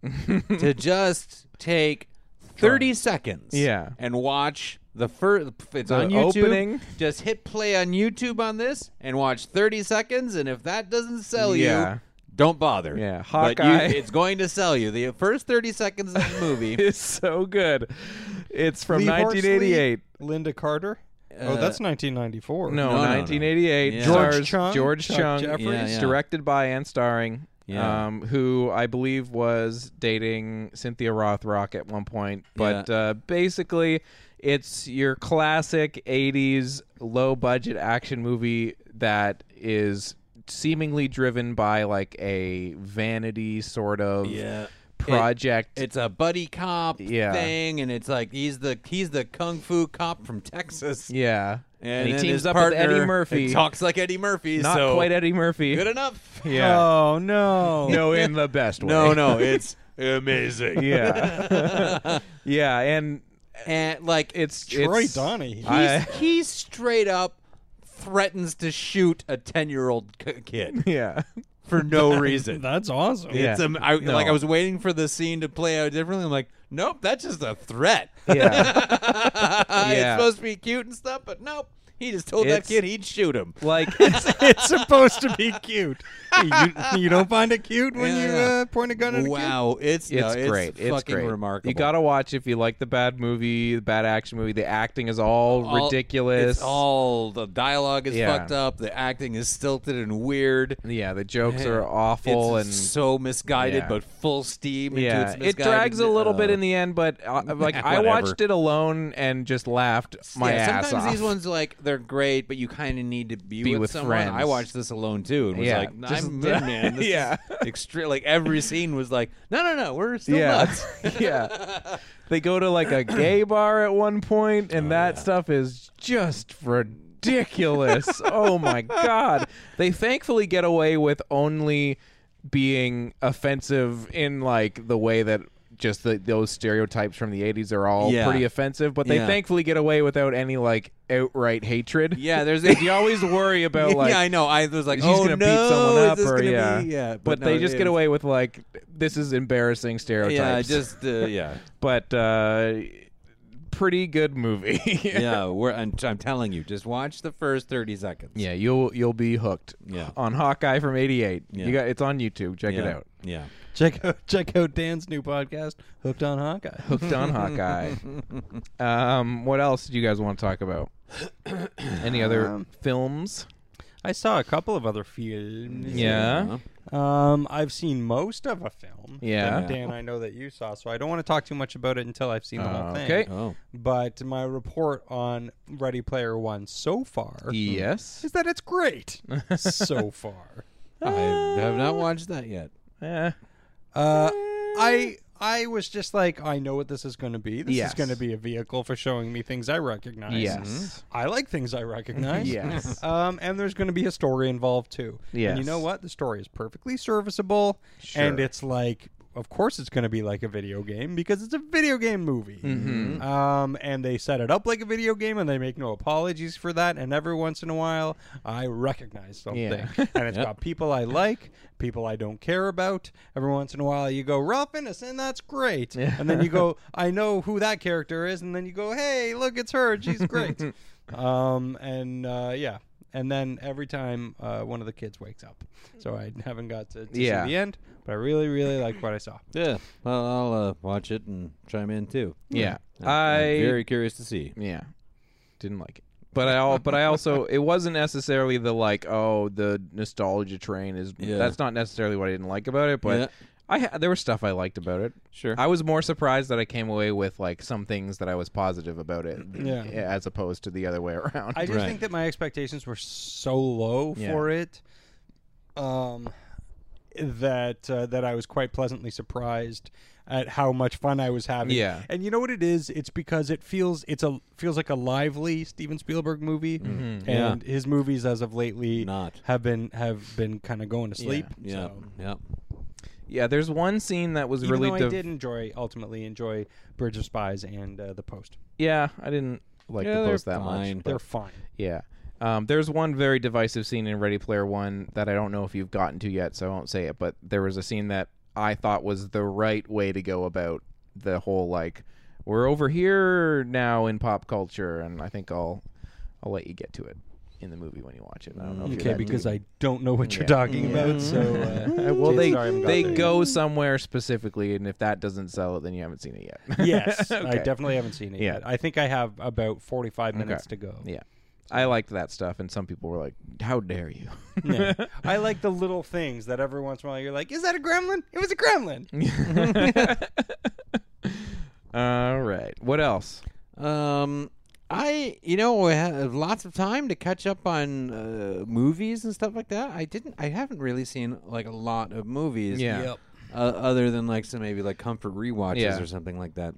to just take 30 seconds
Yeah.
and watch the first it's
The
on YouTube.
opening.
Just hit play on YouTube on this and watch 30 seconds and if that doesn't sell
Yeah.
you don't bother.
Yeah,
But you-
Hawkeye.
it's going to sell you. The first 30 seconds of the movie.
It's so good. It's from
Lee
1988.
Horsley, Linda Carter. oh, that's 1994.
No,
No, no, no.
1988.
Yeah.
stars
George Chung,
George
Chuck
Chung,
Jeffries.
Yeah, yeah.
directed by and starring,
Yeah.
um, who I believe was dating Cynthia Rothrock at one point. But
Yeah.
uh, basically, it's your classic 80s low budget action movie that is seemingly driven by like a vanity sort of
Yeah.
project.
It's a buddy cop
Yeah.
thing and it's like he's the he's the kung fu cop from Texas.
yeah.
And,
he
then
teams
his
up with
partner
Eddie Murphy.
Talks like Eddie Murphy.
Not
so
quite Eddie Murphy.
good enough.
yeah.
Oh no.
no, in the best way.
No, no, it's amazing.
Yeah. yeah, and
And like
it's
Troy
it's,
Donahue.
I-
he's, he straight up threatens to shoot a 10-year-old c- kid
Yeah.
for no reason.
That's awesome.
Yeah.
It's am- I,
No.
like I was waiting for the scene to play out differently. I'm like, nope, that's just a threat. Uh,
Yeah. Yeah.
it's supposed to be cute and stuff, but nope. He just told
It's-
that kid he'd shoot him.
like
it's supposed to be cute. you, you don't find it cute when
Yeah,
you
yeah.
Uh, point a gun at a kid?
Wow, it's no,
it's great. It's
fucking
great.
remarkable.
You got to watch if you like the bad movie, the bad action movie. The acting is all,
All-
ridiculous.
It's all the dialogue is
Yeah.
fucked up. The acting is stilted and weird.
yeah, the jokes are awful
It's
and
so misguided,
Yeah.
but full steam. into
yeah,
its
it drags a little bit in
the.
the end, but uh, like I
Whatever.
watched it alone and just laughed my
yeah,
ass
sometimes
off.
these ones like they're great, but you kind of need to be,
Be
with,
with
someone.
friends.
I watched this alone too, and was
Yeah,
like,
just-
"I'm good, man." This
Yeah.
is extreme. Like every scene was like, "No, no, no, we're still
yeah,
nuts."
yeah. They go to like a gay bar at one point,
Oh,
and that stuff is just ridiculous. oh my god! They thankfully get away with only being offensive in like the way that just the, those stereotypes from the '80s are all
Yeah.
pretty offensive, but they
Yeah.
thankfully get away without any like outright hatred.
Yeah, there's a,
you always worry about like
yeah, I know. I was like,
She's
"Oh
gonna
no,
beat someone
is
up,
this
or
gonna
yeah,
be- yeah."
But, they
no,
just
it
get
is.
away with like this is embarrassing stereotypes
Yeah, just uh, yeah,
but uh pretty good movie
yeah. We're I'm, I'm telling you, just watch the first thirty seconds.
yeah you'll you'll be hooked
Yeah.
on hawkeye from 88
Yeah.
you got it's on youtube check
yeah,
it out
Yeah,
Check out check out Dan's new podcast, Hooked on Hawkeye.
hooked on hawkeye um what else do you guys want to talk about any other
Um,
films
I saw a couple of other films.
yeah
Um, I've seen most of a film.
Yeah.
that Dan, I know that you saw, so I don't want to talk too much about it until I've seen the whole thing.
okay
Oh.
But my report on Ready Player One so far
yes
is that it's great so far.
I
Uh,
have not watched that yet.
Eh.
Uh, I I was just like, I know what this is going to be. This
Yes.
is going to be a vehicle for showing me things I recognize. Mm-hmm.
Yes.
I like things I recognize.
Yes.
Um, and there's going to be a story involved too. And you
Yes.
know what? The story is perfectly serviceable, and
Sure.
it's like. Of course, it's going to be like a video game because it's a video game movie.
Mm-hmm.
Um, and they set it up like a video game, and they make no apologies for that. And every once in a while, I recognize something,
Yeah.
and it's got people I like, people I don't care about. Every once in a while, you go Ralph Innocent, that's great, and then you go, I know who that character is, and then you go, Hey, look, it's her, she's great. um, and uh, yeah, and then every time uh, one of the kids wakes up, so I haven't got to, to
Yeah.
see the end, but I really, really like what I saw.
Yeah, well, I'll uh, watch it and chime in too.
yeah
I'm-
i
I'm very curious to see.
Yeah, didn't like it. But I al- but I also it wasn't necessarily the like oh the nostalgia train is
Yeah.
that's not necessarily what I didn't like about it, but
Yeah.
I ha- there was stuff I liked about it.
Sure.
I was more surprised that I came away with like some things that I was positive about it,
Yeah.
as opposed to the other way around.
I just
Right.
think that my expectations were so low
Yeah.
for it, um, that uh, that I was quite pleasantly surprised at how much fun I was having.
Yeah.
and you know what it is? It's because it feels it's a feels like a lively Steven Spielberg movie, and his movies as of lately
Not.
have been have been kind of going to sleep.
Yeah,
so.
yeah.
yeah, there's one scene that was
Even
really
though I
div-
did enjoy ultimately enjoy Bridge of Spies and uh, The Post,
yeah I didn't like
Yeah,
the
they're
post that
fine.
much.
they're fine.
Yeah. Um, there's one very divisive scene in Ready Player One that I don't know if you've gotten to yet, so I won't say it. But there was a scene that I thought was the right way to go about the whole like we're over here now in pop culture, and I think I'll I'll let you get to it in the movie when Mm, you watch it. I don't know. if
Okay,
you're that
because
deep.
I don't know what you're talking about. So uh,
well they
sorry, I'm
they
gone.
go somewhere specifically, and if that doesn't sell it, then you haven't seen it yet.
yes, I
Okay.
definitely haven't seen it
Yeah.
yet. I think I have about 45 minutes to go.
yeah, I liked that stuff, and some people were like, "How dare you?"
Yeah. I like the little things that every once in a while you're like, is that a gremlin? It was a gremlin.
All right, what else?
Um, I you know I have lots of time to catch up on uh, movies and stuff like that. I didn't. I haven't really seen like a lot of movies.
Yeah. Yep.
Uh, other than like some maybe like comfort rewatches
Yeah.
or something like that,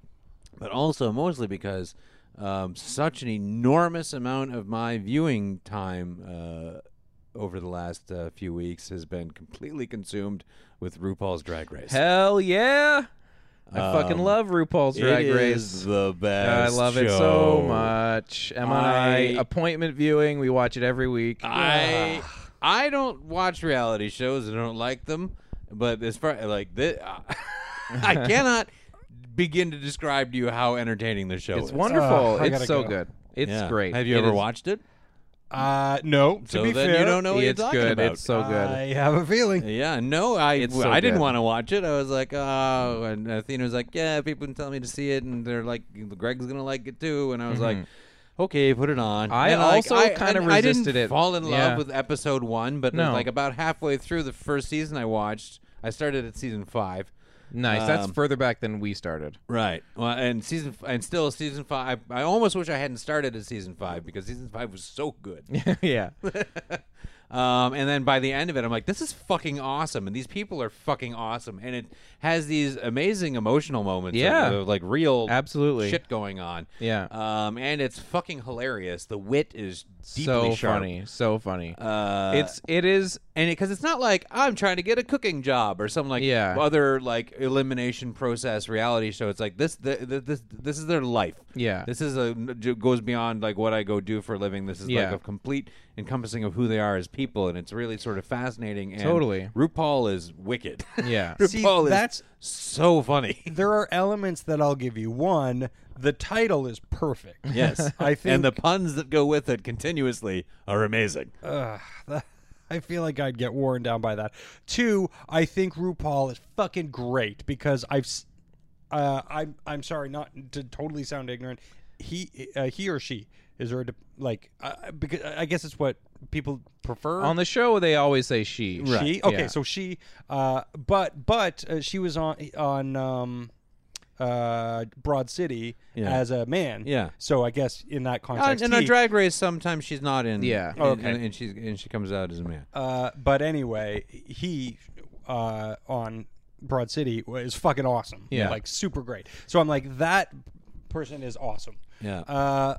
but also mostly because um, such an enormous amount of my viewing time uh, over the last uh, few weeks has been completely consumed with RuPaul's Drag Race.
Hell yeah! I fucking
Um,
love RuPaul's
It
Drag
is
Race.
the
I
best.
love it so
show.
much. Am I,
I-
appointment viewing? We watch it every week.
I I don't watch reality shows. I don't like them. But as far like this, I cannot begin to describe to you how entertaining the show
it's
is.
wonderful.
I
it's
gotta
so
go.
good. It's
Yeah.
great.
Have you
It
ever
is-
watched it?
Uh, no. To
so
be
then
fair,
you don't know what
It's
you're talking
good.
about.
It's so good.
I have a feeling.
yeah, no, I
It's
w-
so
I didn't
good.
want to watch it. I was like, oh, and Athena was like, yeah, people been telling me to see it, and they're like, Greg's gonna like it too, and I was like, okay, put it on.
Mm-hmm. I
And, like,
also
I-
kind of
and I didn't
resisted it.
Fall in love
Yeah.
with episode one, but it was,
No.
like about halfway through the first season, I watched. I started at season five.
Nice. That's
Um,
further back than we started.
Right. Well, and season f- and still season five. I, I almost wish I hadn't started at season five because season five was so good.
yeah.
Um, and then by the end of it, I'm like, this is fucking awesome, and these people are fucking awesome, and it has these amazing emotional moments. of-
Yeah.
of, like real
Absolutely.
shit going on.
Yeah.
Um, and it's fucking hilarious. The wit is deeply
so
sharp.
funny. So funny.
Uh,
it's it is
and because it's not like I'm trying to get a cooking job or some like
Yeah.
other like elimination process reality show. It's like this the, the, this this is their life.
Yeah.
this is a goes beyond like what I go do for a living. This is
Yeah.
like a complete encompassing of who they are as people, and it's really sort of fascinating. And
Totally.
RuPaul is wicked.
Yeah.
RuPaul
See,
is
that's-
so funny.
There are elements that I'll give you. One, the title is perfect.
Yes,
I think
and the puns that go with it continuously are amazing.
I feel like I'd get worn down by that. Two, I think RuPaul is fucking great because I've, s- uh, I'm I'm sorry not to totally sound ignorant. He uh, he or she is there a, de- like uh, because I guess it's what people prefer
on the show they always say she.
She okay,
Yeah.
so she, uh, but but uh, she was on on um, uh, Broad City
Yeah.
as a man.
Yeah.
So I guess in that context,
And on
he-
Drag Race, sometimes she's not in.
Yeah.
and,
Okay.
and, and she's and she comes out as a man.
Uh, but anyway, he uh, on Broad City is fucking awesome.
Yeah.
like super great. So I'm like that person is awesome.
Yeah.
Uh,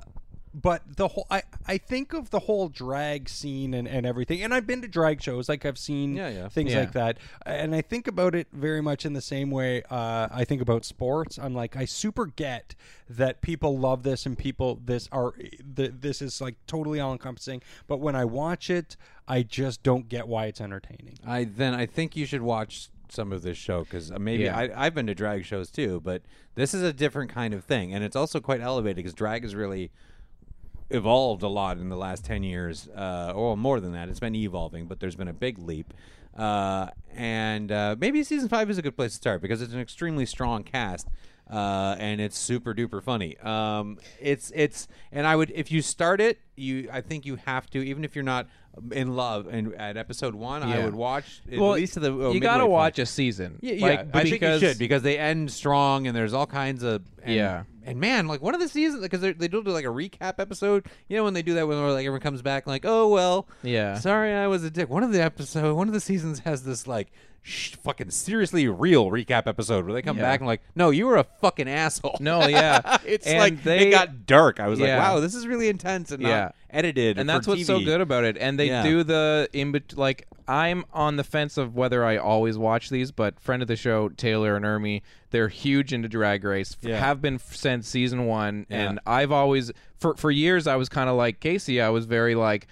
but the whole I, I think of the whole drag scene and, and everything and i've been to drag shows like i've seen
Yeah, yeah.
things
Yeah.
like that and i think about it very much in the same way uh, i think about sports i'm like i super get that people love this and people this are th- this is like totally all encompassing but when i watch it i just don't get why it's entertaining
I then I think you should watch some of this show because maybe
Yeah.
I, I've been to drag shows too, but this is a different kind of thing, and it's also quite elevated because drag has really evolved a lot in the last ten years, uh, or more than that. It's been evolving, but there's been a big leap. Uh, and uh, maybe season five is a good place to start because it's an extremely strong cast. Uh, and it's super duper funny. Um, it's it's and I would if you start it, you I think you have to even if you're not in love. And at episode one, I
Yeah.
would watch at
Well,
least to the oh,
you gotta
midway
watch
point.
a season.
Yeah,
Like,
yeah. I think you
because-
should because they end strong and there's all kinds of and,
Yeah.
And man, like one of the seasons because they do do like a recap episode. You know when they do that when like everyone comes back like, oh well,
Yeah.
sorry I was a dick. One of the episode, one of the seasons has this like. Sh- fucking seriously real recap episode where they come
Yeah.
back and like no you were a fucking asshole
No, yeah.
it's
And
like
they-
it got dark i was
Yeah.
like wow this is really intense and
Yeah.
not edited
and
for
that's what's so
TV.
good about it and they
Yeah.
do the in bet- like i'm on the fence of whether i always watch these but friend of the show taylor and ermi they're huge into drag race f-
Yeah.
have been f- since season one
Yeah.
and i've always for for years i was kind of like casey i was very like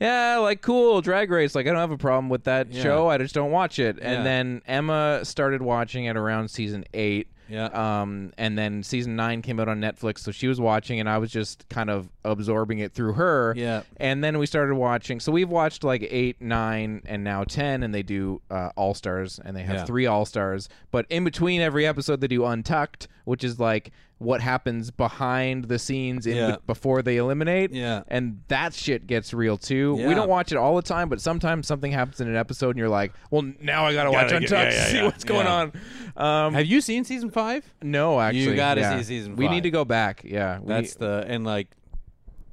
yeah, like cool, Drag Race. Like I don't have a problem with that show. I just don't watch it. And
Yeah.
then Emma started watching it around season eight.
Yeah.
Um, and then season nine came out on Netflix, so she was watching, and I was just kind of absorbing it through her.
Yeah.
And then we started watching. So we've watched like eight, nine, and now ten, and they do uh, All Stars, and they have
Yeah.
three All Stars. But in between every episode, they do Untucked, which is like what happens behind the scenes in
Yeah.
bet- before they eliminate.
Yeah.
And that shit gets real too. We
Yeah.
don't watch it all the time, but sometimes something happens in an episode, and you're like, well, now I gotta watch
Gotta
Untucked
get-
to
yeah, yeah,
see
yeah.
what's going on. Um,
Have you seen season five?
no, actually,
gotta
yeah.
see season
We
five.
need to go back. Yeah, we-
That's the and like,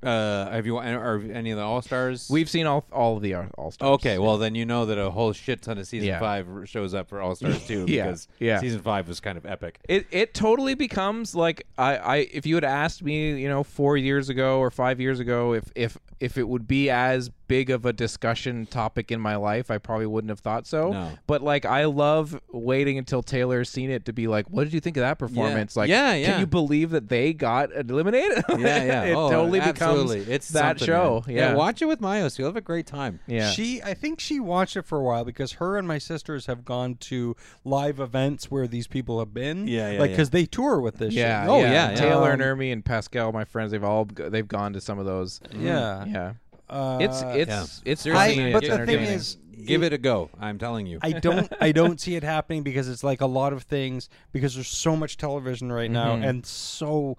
uh, have you are any of the All Stars?
We've seen all all of the all stars.
okay. Well, then you know that a whole shit ton of season
Yeah.
five r- shows up for All Stars too.
Yeah,
because
yeah.
season five was kind of epic.
It it totally becomes like I, I if you had asked me, you know, four years ago or five years ago if if if it would be as big of a discussion topic in my life, I probably wouldn't have thought so.
No.
But like I love waiting until Taylor's seen it to be like, What did you think of that performance? Like
Yeah,
can
yeah.
you believe that they got eliminated?
Yeah, yeah.
it
Oh,
totally
absolutely.
becomes
it's
that
something,
show.
man.
Yeah.
Watch it with Myos. You'll have a great time.
Yeah.
She, I think she watched it for a while because her and my sisters have gone to live events where these people have been.
Yeah, yeah,
Like
yeah.
because they tour with this.
yeah,
shit.
Oh, yeah, yeah.
Taylor
Um,
and Ermi and Pascal, my friends, they've all go- they've gone to some of those.
Mm.
Yeah.
yeah.
Uh,
It's it's it's
I-
funny,
but
it's
the thing
entertaining.
is,
Give it a go. I'm telling you.
I don't I don't see it happening because it's like a lot of things because there's so much television right now and so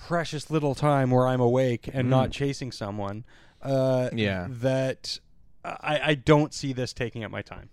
precious little time where I'm awake and not chasing someone. Uh,
Yeah.
that I, I don't see this taking up my time.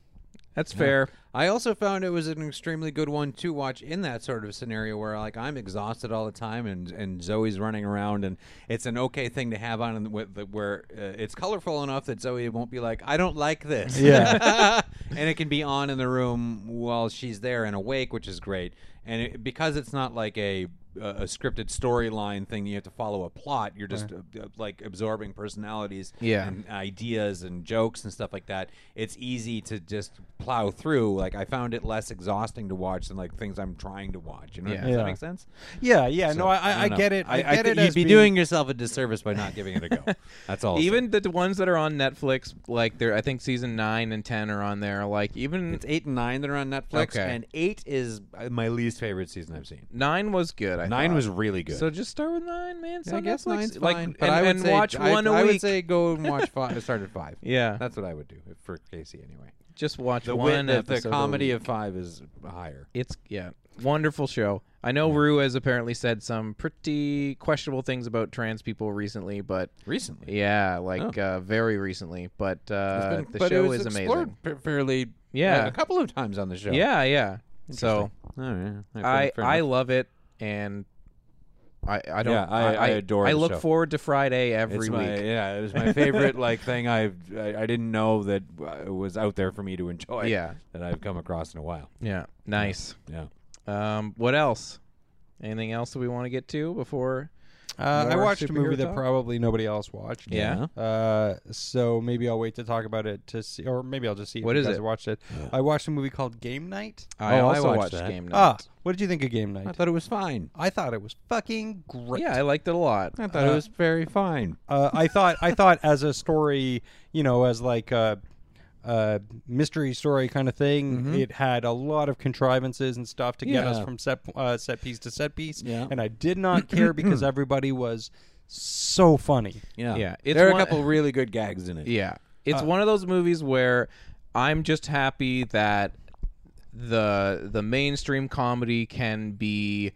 that's fair.
I also found it was an extremely good one to watch in that sort of scenario where like I'm exhausted all the time and and Zoe's running around and it's an okay thing to have on and with the, where uh, it's colorful enough that Zoe won't be like I don't like this. Yeah. and it can be on in the room while she's there and awake, which is great. And it, because it's not like a a scripted storyline thing, you have to follow a plot. You're just uh, uh, like absorbing personalities
Yeah.
and ideas and jokes and stuff like that, it's easy to just plow through. Like I found it less exhausting to watch than like things I'm trying to watch. You know,
Yeah.
does
Yeah.
that make sense?
Yeah, yeah.
So,
no, I, I, I
don't
get
know.
it. I, get
thi-
it.
You'd
as
be
being-
doing yourself a disservice by not giving it a go. That's all. I'll say.
Even the d- ones that are on Netflix, like they're I think season nine and ten are on there. Like even
it's eight and nine that are on Netflix,
Okay.
and eight is uh, my least favorite season I've seen.
nine was good. I
Nine
thought.
was really good.
So just start with nine, man. It's
I
on
guess
Netflix.
nine's
like,
fine,
and,
but I would
and
say
watch
I,
one a
I
week.
would say go and watch five. Start at five.
Yeah.
that's what I would do if- for Casey anyway.
just watch
The,
one.
win, the, the
episode a
comedy
week.
of five is higher.
It's yeah, wonderful show. I know Rue has apparently said some pretty questionable things about trans people recently, but
Recently, Oh.
yeah, like uh, very recently. But
It's
uh,
been-
the
but
show
it was
is
explored
amazing.
fa- fairly
Yeah.
uh, a couple of times on the show.
Yeah, yeah. So
Oh, yeah. Yeah, fair-
I
fair
I
enough.
love it, and I I don't.
Yeah, I- I adore
I
the
look
show.
forward to Friday every
It's
week.
my, yeah, it was my favorite like thing I've, I I didn't know that uh, was out there for me to enjoy.
Yeah.
that I've come across in a while.
yeah, nice.
Yeah,
Um, what else? Anything else that we want to get to before?
Uh, I
More
watched a movie
superhero
that
talk?
probably nobody else watched.
Yeah.
Uh, so maybe I'll wait to talk about it to see, or maybe I'll just see.
What
if
is
you guys
it?
Watched it. I watched a movie called Game Night.
I
Oh, I
also
watched
watched
that.
Game Night.
Ah, what did you think of Game Night?
I thought it was fine.
I thought it was fucking great.
yeah, I liked it a lot.
I thought it was very fine.
uh, I thought I thought as a story, you know, as like a, a mystery story kind of thing, it had a lot of contrivances and stuff to get us
Mm-hmm. Yeah.
from set uh, set piece to set piece.
Yeah.
And I did not care because everybody was so funny.
Yeah,
Yeah, it's
there are
one-
a couple really good gags in it.
Yeah. It's one of those movies where I'm just happy that the the mainstream comedy can be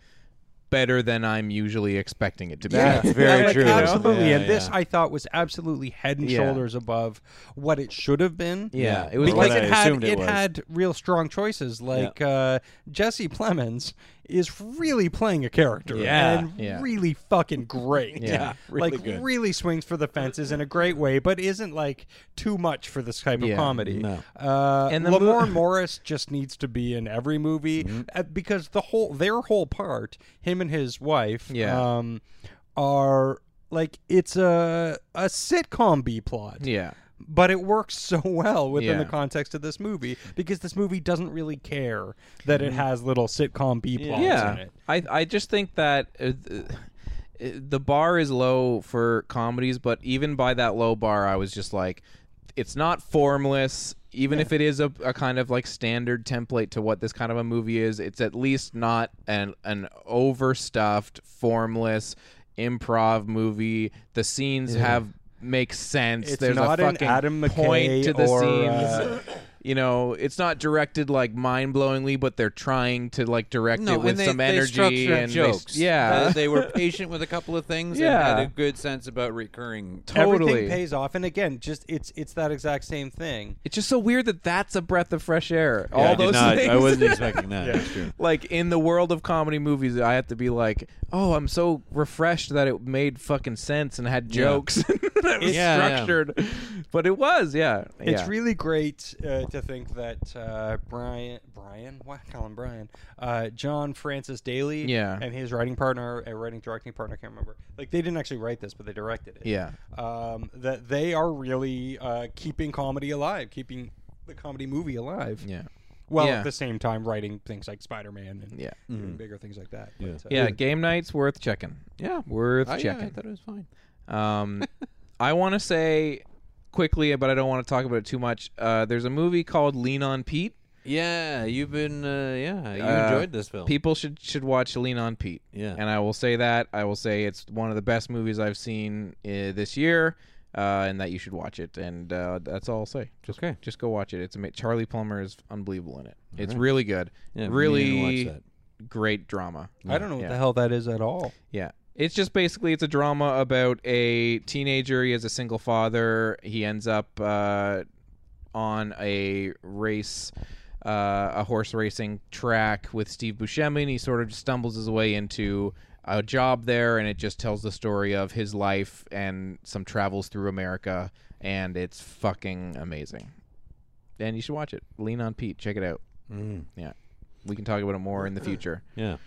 better than I'm usually expecting it to be.
That's very
like,
true.
Absolutely.
Yeah,
and this
yeah.
I thought was absolutely head and
Yeah.
shoulders above what it should have been.
Yeah, it was
because
like-
it
What I
had
assumed
it,
it was.
had real strong choices. Like uh, Jesse Plemons is really playing a character
Yeah.
and
Yeah.
really fucking great.
Yeah,
really
like
good.
really swings for the fences in a great way, but isn't like too much for this type
Yeah,
of comedy.
no.
Uh,
And
and
the mo-
Lamorne Morris just needs to be in every movie uh, because the whole their whole part, him and his wife,
Yeah.
um, are like it's a a sitcom B plot.
Yeah.
But it works so well within
Yeah.
the context of this movie because this movie doesn't really care
Mm-hmm.
that it has little sitcom B plots in it.
I I just think that uh, th- uh, the bar is low for comedies, but even by that low bar, I was just like, it's not formless. Even if it is a, a kind of like standard template to what this kind of a movie is, it's at least not an an overstuffed, formless improv movie. The scenes have make sense.
It's
There's
not
a
an
fucking
Adam McKay
point to the
or,
scenes.
uh,
you know, it's not directed like mind blowingly, but they're trying to like direct
No,
it with
and they,
some
they
energy
structured
and they s-
jokes.
yeah,
Uh, they were patient with a couple of things.
Yeah.
and had a good sense about recurring.
totally.
Everything pays off, and again, just it's it's that exact same thing.
It's just so weird that that's a breath of fresh air. All
I did
those
not-
things.
I wasn't expecting that. That's true.
like in the world of comedy movies, I have to be like, oh, I'm so refreshed that it made fucking sense and had jokes that was
Yeah, yeah.
structured. But it was, yeah,
It's
yeah.
really great uh, to think that uh, Brian, Brian, why call him Brian? Uh, John Francis Daly,
Yeah.
and his writing partner, uh, writing directing partner, I can't remember. Like they didn't actually write this, but they directed it.
Yeah.
um, that they are really uh, keeping comedy alive, keeping the comedy movie alive.
yeah.
Well,
Yeah.
at the same time, writing things like Spider Man and
Yeah.
doing bigger things like that. Yeah. But, uh,
Mm-hmm. Yeah, game nights worth checking. Yeah, worth checking.
Oh, I thought it was fine.
Um, I want to say quickly, but I don't want to talk about it too much. Uh, there's a movie called Lean on Pete.
Yeah, you've been. Uh, yeah, you
Uh,
enjoyed this film.
People should should watch Lean on Pete.
Yeah.
and I will say that I will say it's one of the best movies I've seen uh, this year, uh, and that you should watch it. And uh, that's all I'll say. Just,
Okay.
just go watch it. It's ama- Charlie Plummer is unbelievable in it. it's really good.
Yeah, we need
really
to watch
great drama.
I don't know what the hell that is at all.
Yeah. It's just basically it's a drama about a teenager. He is a single father. He ends up uh, on a race, uh, a horse racing track with Steve Buscemi, and he sort of just stumbles his way into a job there, and it just tells the story of his life and some travels through America, and it's fucking amazing. And you should watch it. Lean on Pete. Check it out. Yeah, we can talk about it more in the future.
Yeah.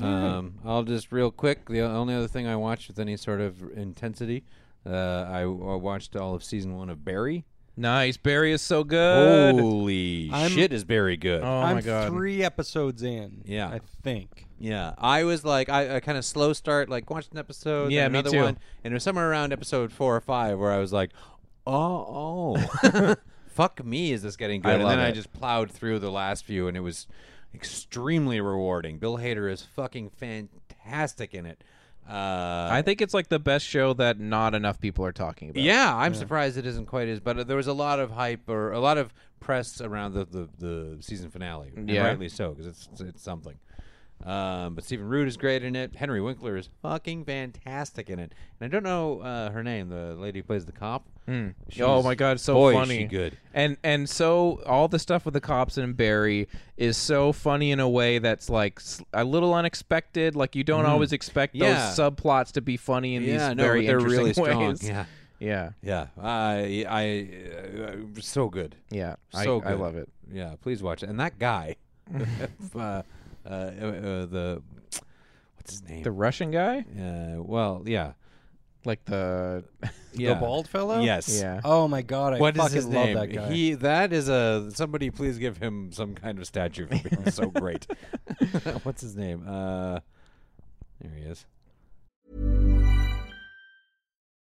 Um, I'll just real quick. The only other thing I watched with any sort of intensity, uh, I, I watched all of season one of Barry.
Nice. Barry is so good.
Oh. Holy shit, is Barry good?
Oh
I'm
my god.
three episodes in.
Yeah.
I think.
Yeah, I was like, I, I kind of slow start, like watched an episode,
Yeah,
then
me
another
too.
one, and it was somewhere around episode four or five where I was like, oh, oh, fuck me, is this getting good?
I
and
love
then I
it.
just plowed through the last few, and it was extremely rewarding. Bill Hader is fucking fantastic in it. Uh,
I think it's like the best show that not enough people are talking about.
Yeah, I'm surprised it isn't quite as. But uh, there was a lot of hype or a lot of press around the the, the season finale. and
Yeah.
rightly so because it's it's something. Um, but Stephen Root is great in it. Henry Winkler is fucking fantastic in it. And I don't know uh, her name, the lady who plays the cop. She
oh
was-
my god, so
boy, is
funny.
she good.
And and so all the stuff with the cops and Barry is so funny in a way that's like s- a little unexpected. Like you don't always expect
Mm-hmm. Yeah.
those subplots to be funny in
Yeah,
these
no,
very
but they're
interesting
really strong.
ways.
Yeah,
Yeah.
yeah. I I uh, so good.
Yeah. I,
so good.
I love it.
Yeah, please watch it. And that guy, uh, uh, uh, uh, the what's his name?
The Russian guy?
Uh, well, yeah.
Like the
yeah.
The bald fellow?
Yes.
Yeah.
Oh my god, I
What is
fucking
his
love
name?
that guy.
He that is a somebody. Please give him some kind of statue for being so great. What's his name? Uh, there he is.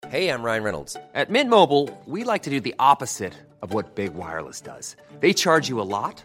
Hey, I'm Ryan Reynolds. At Mint Mobile, we like to do the opposite of what Big Wireless does. They charge you a lot,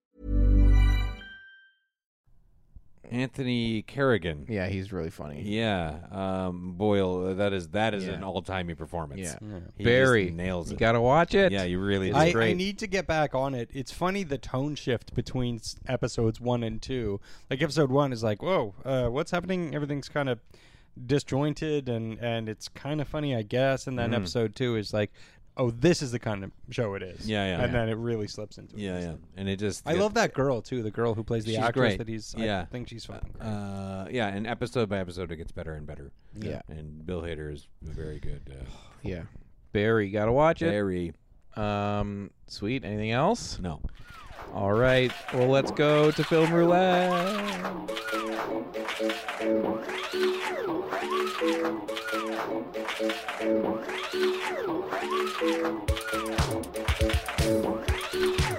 Anthony Kerrigan.
Yeah, he's really funny.
Yeah, um, Boyle. uh, That is that is
Yeah.
an all timey performance.
Yeah. Yeah.
He
Barry,
just nails it.
you gotta watch it.
Yeah, you really.
It's
do.
I, I
great.
need to get back on it. It's funny the tone shift between s- episodes one and two. Like episode one is like, "Whoa, uh, what's happening?" Everything's kind of disjointed, and and it's kind of funny, I guess. And then
Mm-hmm.
episode two is like, "Oh, this is the kind of show it is."
Yeah, yeah.
And then it really slips into it.
yeah, yeah, and it just.
I love that girl too. The girl who plays the
She's
actress
great.
that he's. I
Yeah.
think she's fucking great.
Uh, yeah, and episode by episode, it gets better and better.
Yeah.
and Bill Hader is very good. Uh,
Yeah. Barry, you gotta watch it.
Barry,
Um, sweet. Anything else?
no.
All right. Well, let's go to film roulette.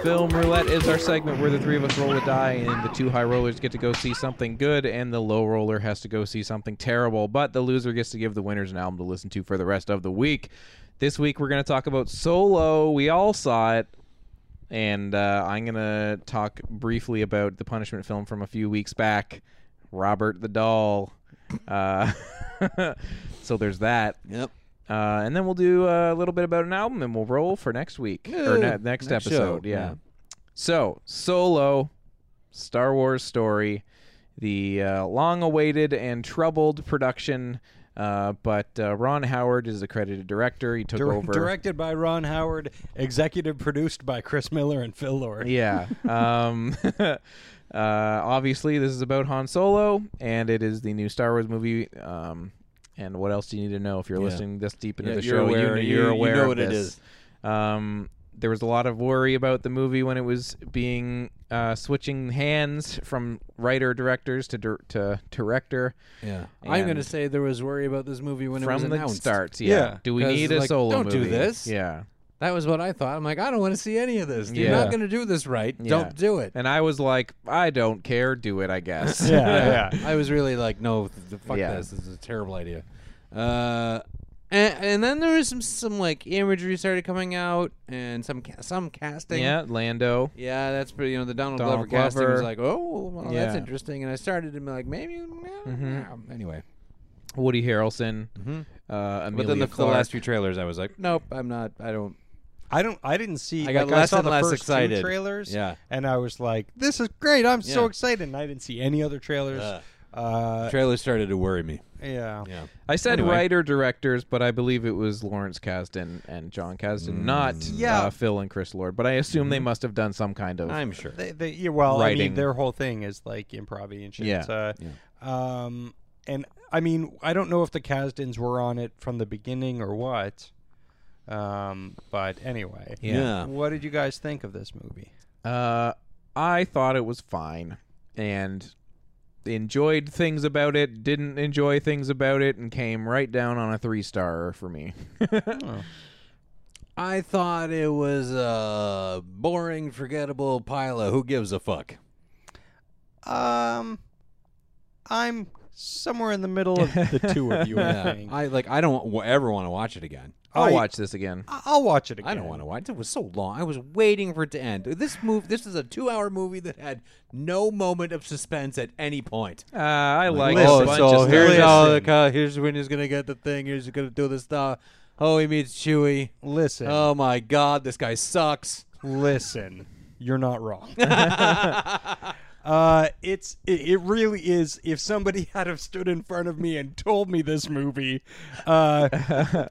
Film roulette is our segment where the three of us roll a die, and the two high rollers get to go see something good, and the low roller has to go see something terrible. But the loser gets to give the winners an album to listen to for the rest of the week. This week we're going to talk about Solo. We all saw it and uh, I'm gonna talk briefly about the punishment film from a few weeks back, Robert the Doll. Uh, so there's that,
Yep.
uh, and then we'll do a little bit about an album, and we'll roll for next week or ne- next,
next
episode.
show,
Yeah.
yeah.
So Solo, Star Wars story, the uh, long-awaited and troubled production. Uh, but uh, Ron Howard is the credited director. He took
Dir-
over.
Directed by Ron Howard, executive produced by Chris Miller and Phil Lord.
Yeah. Um, uh, obviously, this is about Han Solo, and it is the new Star Wars movie. Um, and what else do you need to know if you're listening this deep into
Yeah,
the
you're
show?
aware-
you,
you-
are
you
aware
know
of
what it
this. Um, there was a lot of worry about the movie when it was being uh, switching hands from writer directors to dir- to director.
Yeah,
I'm gonna
say there was worry about this movie when
From the start, yeah.
Yeah,
Do we
'cause,
need a
like,
solo
don't do
movie?
this.
Yeah.
That was what I thought. I'm like, I don't want to see any of this.
Yeah.
You're not going to do this right.
Yeah.
Don't do it.
And I was like, I don't care. Do it, I guess.
Yeah, yeah.
I was really like, no, th- th- fuck
Yeah.
this. This is a terrible idea. Uh, and, and then there was some some like imagery started coming out, and some ca- some casting.
yeah. Lando.
Yeah, that's pretty. You know, the Donald,
Donald
Glover, casting was
Glover.
like, oh, well, that's
Yeah.
interesting. And I started to be like, maybe. nah, nah. Anyway,
Woody Harrelson,
Mm-hmm.
uh, Amelia
but then the, the
Clark.
last few trailers, I was like, nope, I'm not. I don't.
I don't. I didn't see.
I got
like,
less
saw
and
the
less
first two
excited.
trailers.
Yeah.
and I was like, "This is great! I'm so
Yeah.
excited!" And I didn't see any other trailers.
Yeah.
Uh,
Trailers started to worry me.
yeah.
Yeah.
I said
Anyway.
writer directors, but I believe it was Lawrence Kasdan and John Kasdan,
Mm.
not
Yeah.
uh, Phil and Chris Lord. But I assume
Mm-hmm.
they must have done some kind of.
I'm sure.
They, they, yeah well, I
Writing.
mean, their whole thing is like improv and shit.
Yeah.
Uh, Um, and I mean, I don't know if the Kasdans were on it from the beginning or what. Um, but anyway,
Yeah.
What did you guys think of this movie?
uh, I thought it was fine and enjoyed things about it. Didn't enjoy things about it, and came right down on a three star for me.
I thought it was a boring, forgettable pile of who gives a fuck.
Um, I'm somewhere in the middle of the two of you. I think.
I like. I don't w- ever want to watch it again.
I'll
I-
watch this again.
I- I'll watch it again.
I don't want to watch. It was so long. I was waiting for it to end. This move. This is a two-hour movie that had no moment of suspense at any point.
Uh, I like a bunch of
Oh, here's
stuff.
how the
co- here's when he's gonna get the thing. Here's gonna do this stuff. Oh, he meets Chewie.
Listen,
Oh my God, this guy sucks.
listen, you're not wrong. uh, it's it, it really is. If somebody had have stood in front of me and told me this movie, uh,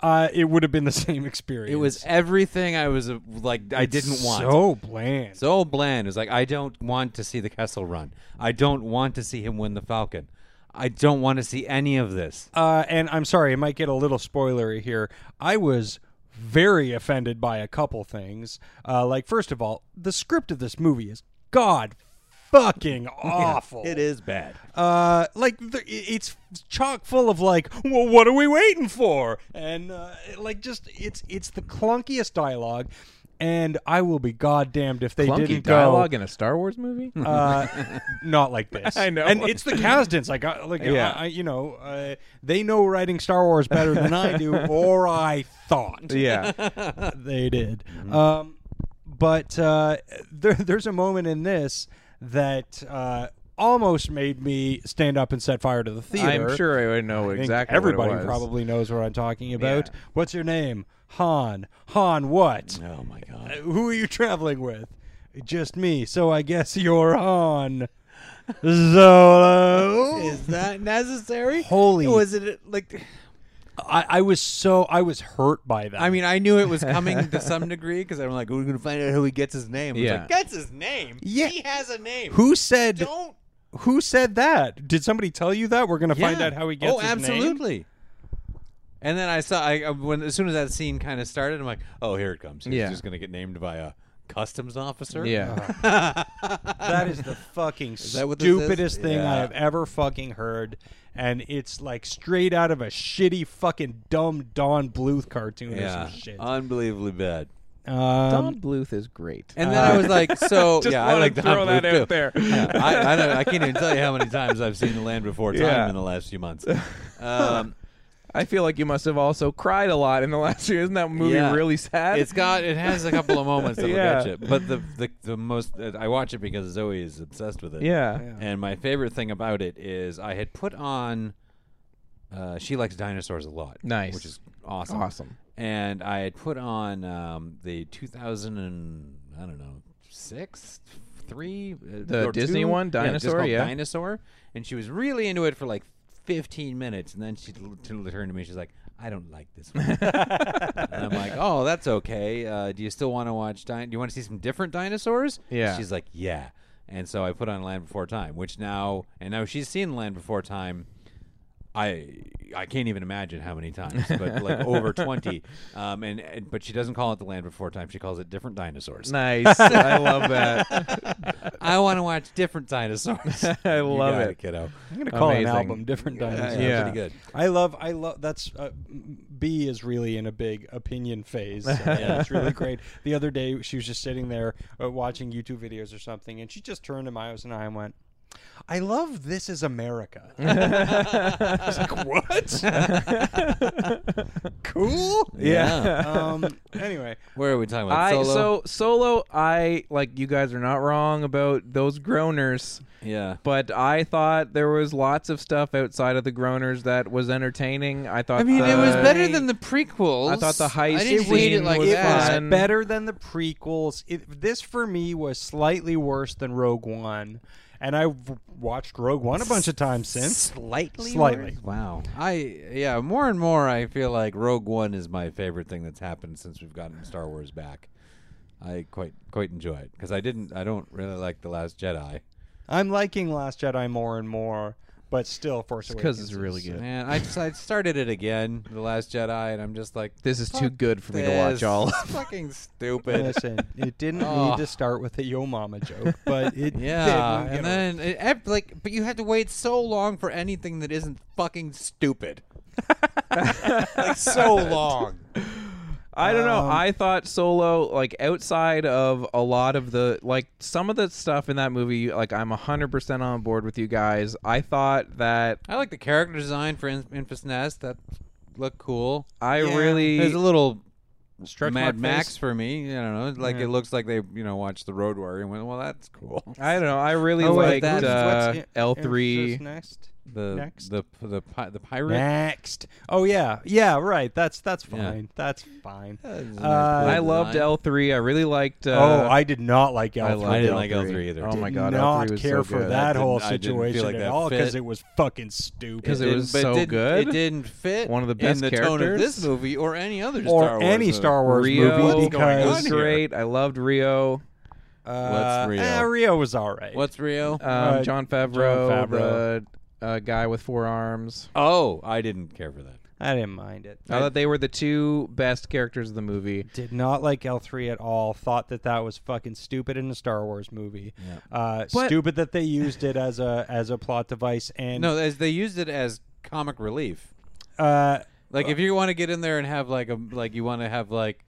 uh, it would have been the same experience.
It was everything I was uh, like. I didn't want.
so bland.
so bland. It's like I don't want to see the Kessel Run. I don't want to see him win the Falcon. I don't want to see any of this.
uh, and I'm sorry, I might get a little spoilery here. I was very offended by a couple things. Uh, like, first of all, the script of this movie is god fucking awful.
It is bad.
Uh, like the, i- it's chock full of like, well, what are we waiting for? And uh, like, just it's it's the clunkiest dialogue. And I will be goddamned if they
Clunky
didn't
dialogue
go
in a Star Wars movie.
uh, not like this.
I know.
and it's the Kasdans. Like, I, like
Yeah.
I, I- you know, uh, they know writing Star Wars better than I do, or I thought
yeah.
they did.
Mm-hmm.
Um, but uh, there, there's a moment in this that uh, almost made me stand up and set fire to the theater.
I'm sure I would know
I think
exactly. what it
Everybody
was.
probably knows what I'm talking about.
Yeah.
What's your name? Han. Han what?
Oh my god.
Uh, Who are you traveling with? Just me. So I guess you're Han Solo.
Is that necessary?
Holy-
Was it like?
I, I was so I was hurt by that.
I mean, I knew it was coming to some degree because I'm like, we're gonna find out how he gets his name. I was
Yeah.
like, gets his name.
Yeah.
he has a name.
who said
Don't.
who said that? Did somebody tell you that? We're gonna find
Yeah.
out how he gets.
Oh,
his name?
absolutely. And then I saw I I- when as soon as that scene kind of started, I'm like, oh, here it comes. He's
Yeah.
just gonna get named by a customs officer.
Yeah.
That is the fucking
that what this is?
stupidest thing I
Yeah.
have ever fucking heard. And it's like straight out of a shitty fucking dumb Don Bluth cartoon or
yeah,
some shit. Um,
unbelievably bad.
Don Bluth is great.
And then I was like, so
Just
yeah, I
wanna
like Don
throw that
Bluth,
out
too.
there.
Yeah, I, I, don't, I can't even tell you how many times I've seen the land before time
Yeah.
in the last few months. Um,
I feel like you must have also cried a lot in the last year. Isn't that movie
Yeah.
really sad?
It's got it has a couple of moments that'll
Yeah.
get you, but the the, the most uh, I watch it because Zoe is obsessed with it.
Yeah. Yeah.
and my favorite thing about it is I had put on. Uh, she likes dinosaurs a lot.
Nice.
which is awesome.
Awesome.
And I had put on um, the 2000 and I don't know six, three, uh,
The
or
Disney
two?
one,
Yeah, just
Dinosaur,
called
yeah.
dinosaur, and she was really into it for like 15 minutes, and then she l- t- turned to me. She's like, "I don't like this one." And I'm like, oh, that's okay. Uh, do you still want to watch? Di- do you want to see some different dinosaurs?
Yeah.
She's like, yeah. And so I put on Land Before Time, which now and now she's seen Land Before Time. I I can't even imagine how many times, but like over twenty. Um, and, and but she doesn't call it the Land Before Time. She calls it different dinosaurs.
nice. I love that.
I want to watch different dinosaurs.
I
You
love
got
it.
kiddo.
I'm gonna call
Amazing.
an album different dinosaurs.
yeah.
pretty good.
I love, I love. That's uh, B is really in a big opinion phase. So It's really great. The other day, she was just sitting there uh, watching YouTube videos or something, and she just turned to Miles and I and went, "I love This Is America." I was like, "What? cool."
Yeah.
Um. Anyway,
Where are we talking about?
I
Solo.
so solo. I like you guys are not wrong about those groaners.
yeah.
But I thought there was lots of stuff outside of the groaners that was entertaining. I thought
I mean, it
the-
was better than the prequels.
I thought the heist
I didn't
scene
hate it like
was
that.
fun.
better than the prequels. It, this for me was slightly worse than Rogue One, and I've watched Rogue One a bunch of times since.
Slightly,
Slightly.
worse? Wow. I yeah. More and more, I feel like Rogue One is my favorite thing that's happened since we've gotten Star Wars back. I quite quite enjoy it because I didn't. I don't really like the Last Jedi.
I'm liking Last Jedi more and more, but still Force Awakens. uh,
because it's really good.
Man, I just, I started it again, the Last Jedi, and I'm just like,
This is
"Fuck
too good for me to watch
this.
all of."
It's fucking stupid.
Listen, it didn't
Oh.
need to start with a yo mama joke, but it
Yeah,
did.
and then it, ev- like, but you have to wait so long for anything that isn't fucking stupid. like so long.
I don't know. I thought Solo, like outside of a lot of the like some of the stuff in that movie, like I'm hundred percent on board with you guys. I thought that
I like the character design for In- Infus Nest. That looked cool.
I really
There's a little
Stretch
Mad
mark
Max
face?
for me. I don't know. Like it looks like they you know watched the Road Warrior and went, well, that's cool.
I don't know. I really
Oh, wait,
liked
that-
uh,
what's
L three.
next.
The
Next.
the the pi- the pirate.
Next. Oh yeah, yeah. Right. That's that's
Yeah.
fine. That's fine.
is a nice
Uh,
blue
I loved
design.
L three. I really liked. Uh,
oh, I did not like L three.
I didn't like L3 either.
Oh my
Did
god, L
not
three was
care
so
for
good.
that
didn't-
whole
I didn't feel
situation
like
at
that
all because
fit.
it was fucking stupid.
'Cause it
Didn't-
was
but
so
didn't-
good.
It didn't fit
One of the best
in the tone of
characters.
this movie or any other
or
Star Wars
any
movie.
Star Wars
Rio
movie
was
because
great. I loved Rio.
uh,
What's Rio?
eh, Rio was all right.
What's Rio?
Um,
Uh,
John Favreau,
Jon Favreau.
the uh, guy with four arms.
oh, I didn't care for that.
I didn't mind it.
I thought they were the two best characters of the movie.
Did not like L3 at all. Thought that that was fucking stupid in a Star Wars movie. Uh,
But-
stupid that they used it as a as a plot device. And
No, as they used it as comic relief.
uh,
Like if you want to get in there and have like a like you want to have like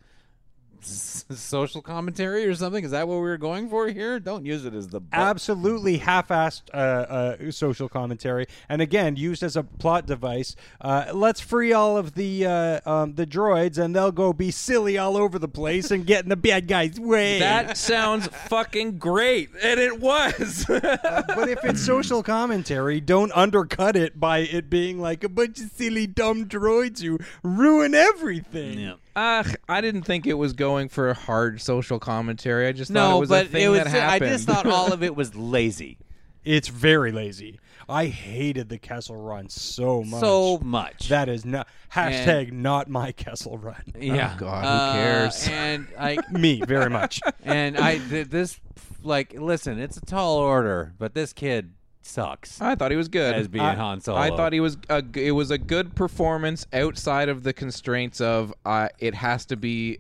s- social commentary or something? Is that what we were going for here? Don't use it as the book.
absolutely half-assed uh, uh, social commentary, and again used as a plot device. Uh, let's free all of the uh, um, the droids, and they'll go be silly all over the place and get in the bad guys' way.
That sounds fucking great, and it was.
but if it's social commentary, don't undercut it by it being like a bunch of silly dumb droids who ruin everything.
Ugh, I didn't think it was going for hard social commentary. I just thought it
no,
was
but
a thing
it was.
that happened.
I just thought all of it was lazy.
It's very lazy. I hated the Kessel Run so much.
So much.
That is not hashtag not my Kessel Run.
yeah.
Oh,
Uh,
God, who cares?
And I
Me very much.
and I th- this like listen, it's a tall order, but this kid sucks.
I thought he was good
As being
I,
Han Solo.
I thought he was. A, g- it was a good performance outside of the constraints of uh, it has to be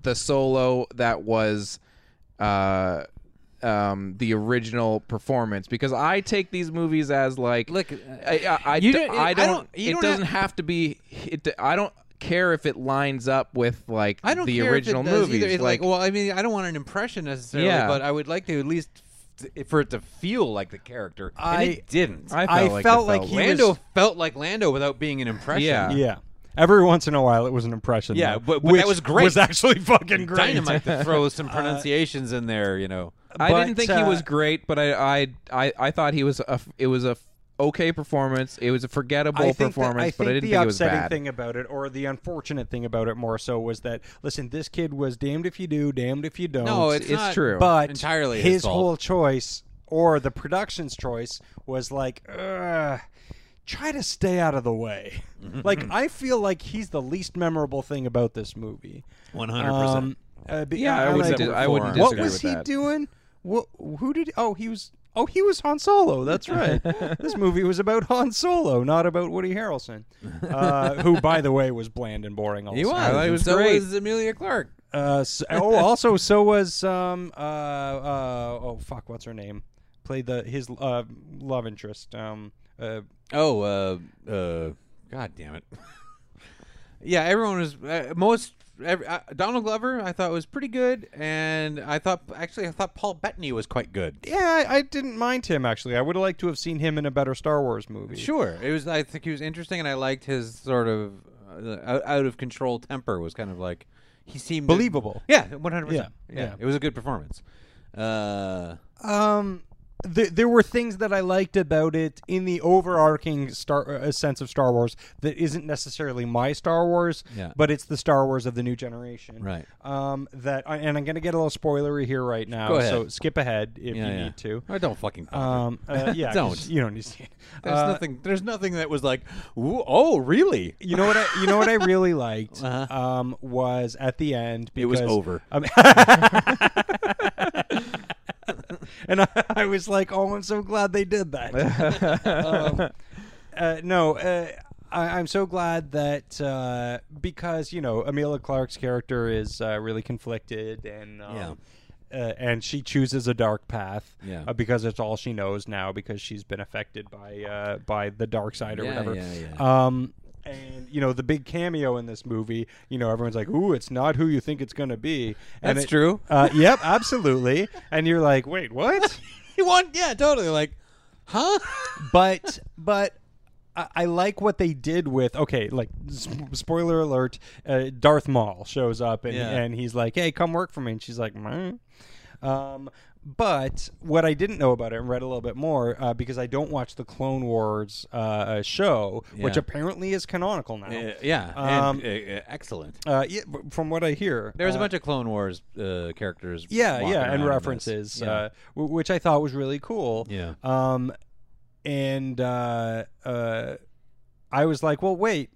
the solo that was uh, um, the original performance because I take these movies as like
Look,
I, I, I
you
d-
don't-
I
I
don't.
don't- you
it
don't
doesn't have,
have-
to be. It, d- I don't care if it lines up with like
I don't
the
care
original
if it does
movies.
Either. It's well, I mean, I don't want an impression necessarily,
Yeah.
but I would like to at least f- for it to feel like the character. And
I-
it didn't.
I
I
felt like
felt,
it
like,
felt
he
Lando
was.
felt like Lando without being an impression.
Yeah.
Yeah. Every once in a while, it was an impression.
Yeah,
though,
but- but that
which
was great.
Was actually fucking great.
Dynamite to throw some pronunciations in there, you know.
I didn't
But,
think he
uh,
was great, but I I I, I thought he was a f- it was a f- okay performance. It was a forgettable
I think that-
performance,
I
but I
think
didn't
the
think it was
upsetting
bad.
thing about it, or the unfortunate thing about it, more so, was that listen, this kid was damned if you do, damned if you don't.
No, it's,
it's
not-
true.
but
entirely his
his,
fault.
whole choice or the production's choice was like Ugh, try to stay out of the way like i feel like he's the least memorable thing about this movie
100%.
Um, uh, be-
Yeah, I
I'm
wouldn't
like,
dis- I wouldn't
what
disagree
was
with
he
that.
doing what who did oh he was oh he was han solo that's right this movie was about han solo not about woody harrelson uh, who by the way was bland and boring also
He was.
I thought he
and
was
so
great.
was Amelia Clark.
uh, so, oh, also, so was um uh, uh oh fuck, what's her name? Played the his uh love interest um uh
Oh, uh, uh, God damn it. yeah, everyone was uh, most. Every, uh, Donald Glover, I thought was pretty good, and I thought actually I thought Paul Bettany was quite good.
yeah, I, I didn't mind him actually. I would have liked to have seen him in a better Star Wars movie.
Sure, it was. I think he was interesting, and I liked his sort of uh, out, out of control temper. Was kind of like he seemed
Believable.
Yeah, one hundred percent.
Yeah, yeah.
it was a good performance. Uh,
Um, th- there were things that I liked about it in the overarching star uh, sense of Star Wars that isn't necessarily my Star Wars,
Yeah.
but it's the Star Wars of the new generation,
Right.
Um, that I, and I'm gonna get a little spoilery here right now,
Go ahead.
so skip ahead if
yeah,
you
yeah.
need to.
I don't fucking. bother.
Um, uh, yeah, 'cause
Don't.
you don't need to. see it.
there's
Uh,
nothing. There's nothing that was like, "Ooh, oh, really?
You know what? I, you know what I really liked um, was at the end.
Uh-huh. It was
because-
over.
Um, and I, I was like, "Oh, I'm so glad they did that." um, uh, no, uh, I, I'm so glad that uh, because you know Amelia Clark's character is uh, really conflicted and. Um,
Yeah.
Uh, and she chooses a dark path
Yeah.
uh, because it's all she knows now because she's been affected by uh, by the dark side or
Yeah,
whatever.
yeah, yeah.
Um, and you know the big cameo in this movie. You know everyone's like, "Ooh, it's not who you think it's going to be." And
That's
it-
true.
Uh, yep, absolutely. And you're like, "Wait, what?"
You want? Yeah, totally. Like, huh?
but but I, I like what they did with okay, like s- spoiler alert, uh, Darth Maul shows up and
Yeah.
and he's like, "Hey, come work for me," and she's like, "Meh." Um, but what I didn't know about it and read a little bit more uh, because I don't watch the Clone Wars uh, uh, show, which
Yeah.
apparently is canonical now.
Uh, yeah,
Um,
and, uh, uh, excellent.
Uh, yeah, b- from what I hear,
There was a
uh,
bunch of Clone Wars uh, characters.
yeah,
walking
yeah,
around in
and
this.
references,
Yeah.
uh, w- which I thought was really cool.
Yeah.
Um, and uh, uh, I was like, well, wait,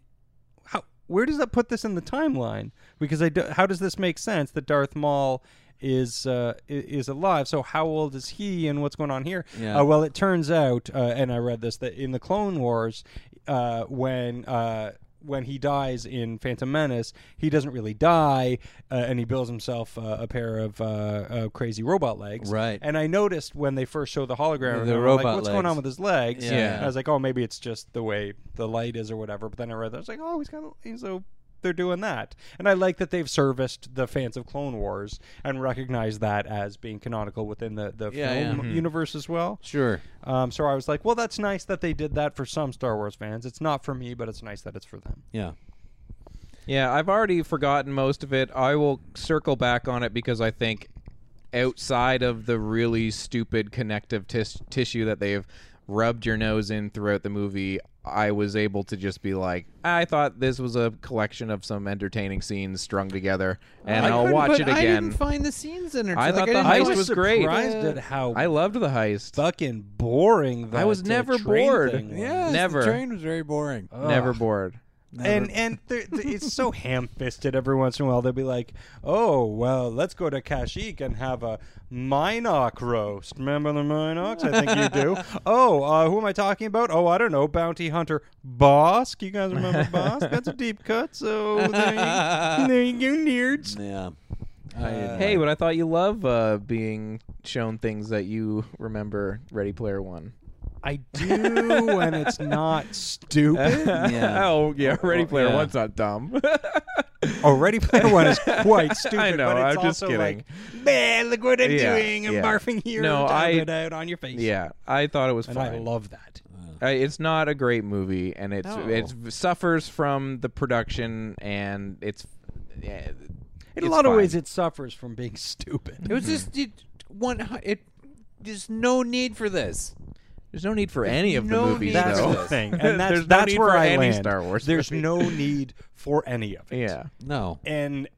how? Where does that put this in the timeline? Because I, do, how does this make sense that Darth Maul is uh, i- is alive? So how old is he, and what's going on here?
Yeah.
Uh, well, it turns out, uh, and I read this that in the Clone Wars, uh, when uh, when he dies in Phantom Menace, he doesn't really die, uh, and he builds himself uh, a pair of uh, uh, crazy robot legs.
Right.
And I noticed when they first showed the hologram,
The
I'm like,
robot
what's going
legs.
on with his legs?
Yeah.
I was like, oh, maybe it's just the way the light is or whatever. But then I read that, I was like, oh, he's got he's a they're doing that. And I like that they've serviced the fans of Clone Wars and recognized that as being canonical within the, the
Yeah, yeah.
film universe as well.
Sure.
Um, so I was like, well, that's nice that they did that for some Star Wars fans. It's not for me, but it's nice that it's for them.
Yeah.
Yeah, I've already forgotten most of it. I will circle back on it because I think outside of the really stupid connective tis- tissue that they've rubbed your nose in throughout the movie, I was able to just be like, I thought this was a collection of some entertaining scenes strung together, and
I
I'll
couldn't
watch
put-
it
I
again.
didn't find the scenes in it.
I
like,
thought
didn't
the heist
know-
was, great.
surprised at how
I loved the heist.
Fucking boring.
I was
that, uh,
never
train
bored.
thing was.
Yeah.
Yes,
Never.
The train was very boring.
Never bored.
And and th- th- it's so ham-fisted every once in a while. They'll be like, "Oh well, let's go to Kashik and have a Minoc roast." Remember the Minocs? I think you do. oh, uh, who am I talking about? Oh, I don't know. Bounty hunter Bosk. You guys remember Bosk? That's a deep cut. So there you, there you go, nerds.
yeah. I didn't
Hey, but I thought you love uh, being shown things that you remember Ready Player One.
I do, and it's not stupid.
like- yeah.
Oh yeah, Ready Player
yeah.
One's not dumb.
Oh, Ready Player One is quite stupid.
I know,
But it's
I'm just
also
kidding.
Like, man, look what I'm
Yeah,
doing. I'm
yeah.
barfing here.
No,
and
I-
dabbing it out on your face.
yeah, I thought it was
and
fine.
I love that.
I- it's not a great movie, and it's
No.
it's it suffers from the production, and it's. yeah,
In
it's
a lot of
fine.
ways, it suffers from being stupid.
It was just it, one. hu- It there's no need for this.
there's no need for any of
no
the movies,
need
That's
though.
the thing, and that's
There's no
that's
need
where
for
I
any
land.
Star Wars
There's
movie.
no need for any of it.
yeah,
No.
and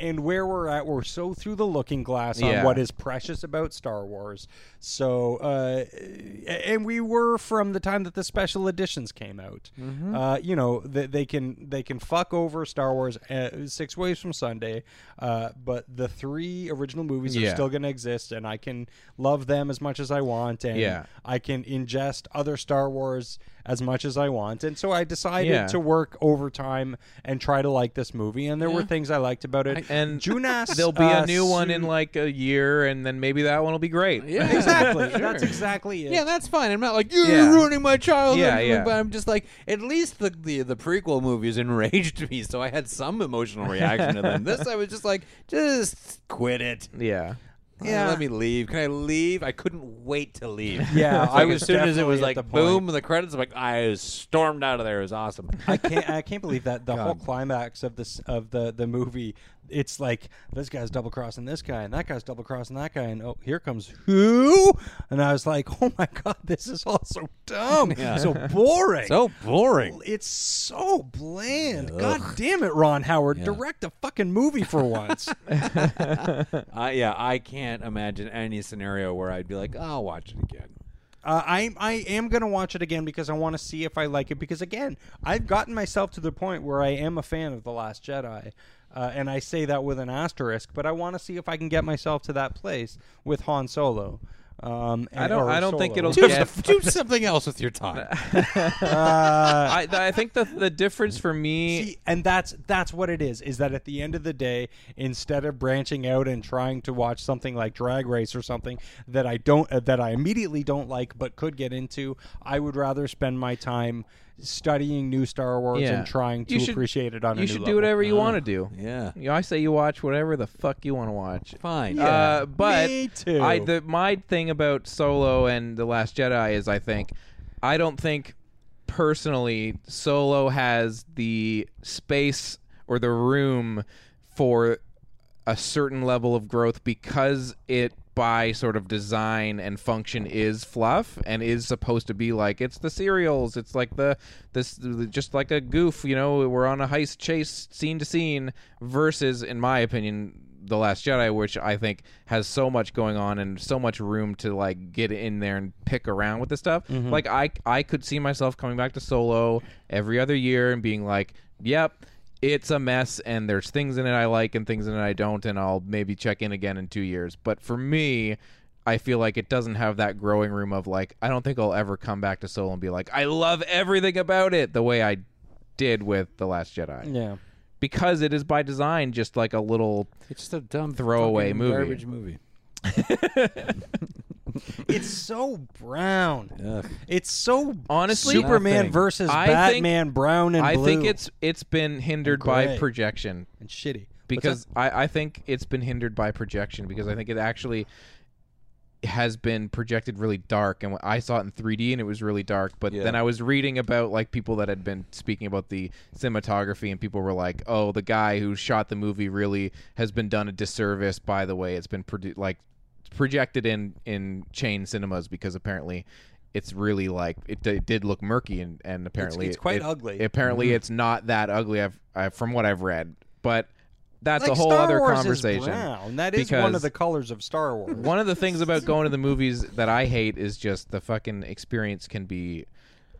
and where we're at, we're so through the looking glass on
Yeah.
what is precious about Star Wars. So, uh, and we were from the time that the special editions came out.
Mm-hmm.
Uh, you know, they, they can they can fuck over Star Wars uh, six ways from Sunday, uh, but the three original movies are
Yeah.
still going to exist, and I can love them as much as I want, and
Yeah.
I can ingest other Star Wars as much as I want. And so I decided
Yeah.
to work overtime and try to like this movie. And there were things I liked about it.
and
Junas,
there'll be
uh,
a new one in
Su-
like a year, and then maybe that one will be great.
Yeah.
exactly. That's exactly it.
Yeah, that's fine. I'm not like you're
Yeah.
ruining my childhood.
Yeah, yeah.
But I'm just like, at least the, the the prequel movies enraged me, so I had some emotional reaction to them. This, I was just like, just quit it.
yeah.
Yeah, let me leave. Can I leave? I couldn't wait to leave.
Yeah,
Like,
I was
as soon as it
definitely
was
at
like
the point.
boom, the credits. I'm like, I stormed out of there. It was awesome.
I can't. I can't believe that the whole climax of this of the the movie. It's like this guy's double crossing this guy, and that guy's double crossing that guy, and oh, here comes who? And I was like, oh my god, this is all so dumb, so boring,
so boring.
It's so bland. God damn it, Ron Howard, direct a fucking movie for once.
I yeah, I can't imagine any scenario where I'd be like, "Oh, I'll watch it again.
Uh, I I am gonna watch it again because I want to see if I like it. Because again, I've gotten myself to the point where I am a fan of the Last Jedi, uh, and I say that with an asterisk. But I want to see if I can get myself to that place with Han Solo. Um,
I don't-
or
I don't think
Solo.
it'll
Do,
Yeah,
some- do something else with your time.
I, I think the the difference for me
See, and that's that's what it is. Is that at the end of the day, instead of branching out and trying to watch something like Drag Race or something that I don't uh, that I immediately don't like but could get into, I would rather spend my time studying new Star Wars and trying to
You should-
appreciate it on.
You
a new
should do
level.
whatever you want to do.
yeah.
You know, I say you watch whatever the fuck you want to watch.
Fine.
uh, but
me too.
I the my thing about Solo and the Last Jedi is I think I don't think personally Solo has the space or the room for a certain level of growth because it by sort of design and function is fluff and is supposed to be like it's the serials it's like the this just like a goof you know we're on a heist chase scene to scene versus in my opinion the last jedi which i think has so much going on and so much room to like get in there and pick around with the stuff like i i could see myself coming back to solo every other year and being like yep it's a mess and there's things in it I like and things in it I don't and I'll maybe check in again in 2 years. But for me, I feel like it doesn't have that growing room of like I don't think I'll ever come back to Soul and be like I love everything about it the way I did with The Last Jedi.
Yeah.
Because it is by design just like a little
It's just a dumb
Throwaway
fucking
movie.
garbage movie.
it's so brown. It's so
Honestly,
Superman
Nothing.
versus
I think-
Batman brown and
I
blue.
think it's it's been hindered by
Gray.
projection
and shitty What's
because
that?
I, I think it's been hindered by projection because I think it actually has been projected really dark and I saw it in 3D and it was really dark but then I was reading about like people that had been speaking about the cinematography and people were like oh the guy who shot the movie really has been done a disservice by the way it's been produ- like projected in in chain cinemas because apparently it's really like it, d- did look murky and and apparently
it's quite
it-
ugly. Mm-hmm.
apparently it's not that ugly I've, I, from what I've read but that's
Like,
a whole
Star
other
Wars
conversation.
Is brown. That is one
because-
of the colors of Star Wars.
one of the things about going to the movies that I hate is just the fucking experience can be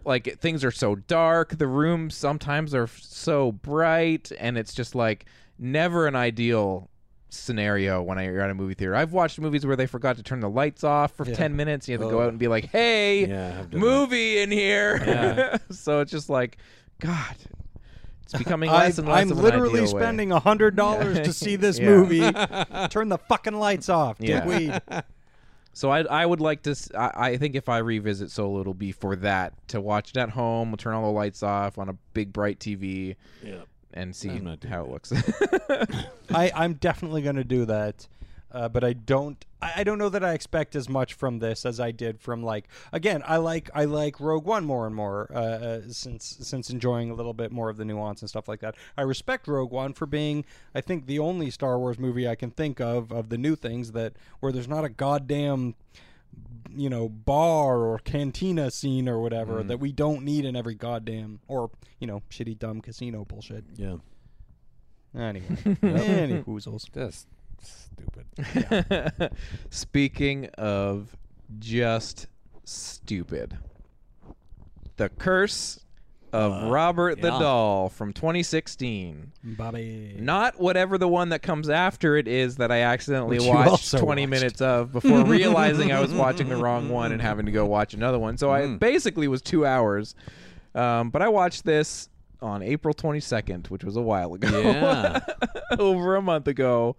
like things are so dark, the rooms sometimes are f- so bright and it's just like never an ideal scenario when I- you're at a movie theater. I've watched movies where they forgot to turn the lights off for 10 minutes and you have to go out and be like, "Hey, movie in here." so it's just like god it's becoming less and less
I'm
of an
literally
ideal way.
spending a hundred dollars to see this
Yeah.
movie. Turn the fucking lights off,
Yeah.
dickweed.
So I I would like to. s- I, I think if I revisit Solo, it'll be for that to watch it at home. We'll turn all the lights off on a big bright TV. And see how it looks.
I, I'm definitely going to do that. Uh, but I don't. I, I don't know that I expect as much from this as I did from like. Again, I like I like Rogue One more and more uh, uh, since since enjoying a little bit more of the nuance and stuff like that. I respect Rogue One for being, I think, the only Star Wars movie I can think of of the new things that where there's not a goddamn you know bar or cantina scene or whatever that we don't need in every goddamn or you know shitty dumb casino bullshit. Yeah. Anyway, any whoozles.
Just stupid.
Speaking of just stupid, the curse of Robert the Doll from 2016.
Bobby.
Not whatever the one that comes after it is that I accidentally
Which you
watched
also
20
watched.
minutes of before realizing I was watching the wrong one and having to go watch another one. So
Mm.
I basically was two hours. Um, but I watched this on April 22nd, which was a while ago,
Yeah.
over a month ago.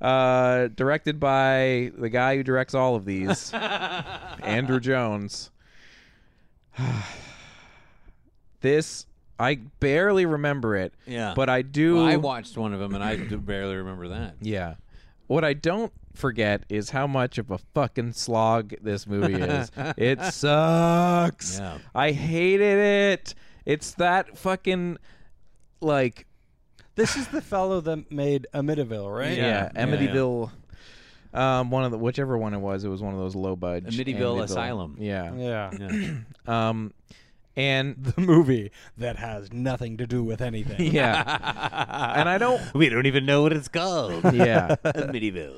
Uh, directed by the guy who directs all of these, Andrew Jones. this, I barely remember it.
Yeah.
But I do.
I watched one of them and I do barely remember that.
Yeah. What I don't forget is how much of a fucking slog this movie is. it sucks.
Yeah.
I hated it. It's that fucking like
This is the fellow that made Amityville, right?
yeah,
Yeah.
Amityville um one of the whichever one it was, it was one of those low budge
Amityville Asylum.
Yeah.
Yeah.
Um and
The movie that has nothing to do with anything.
yeah. and I don't
We don't even know what it's called.
yeah.
Medieval.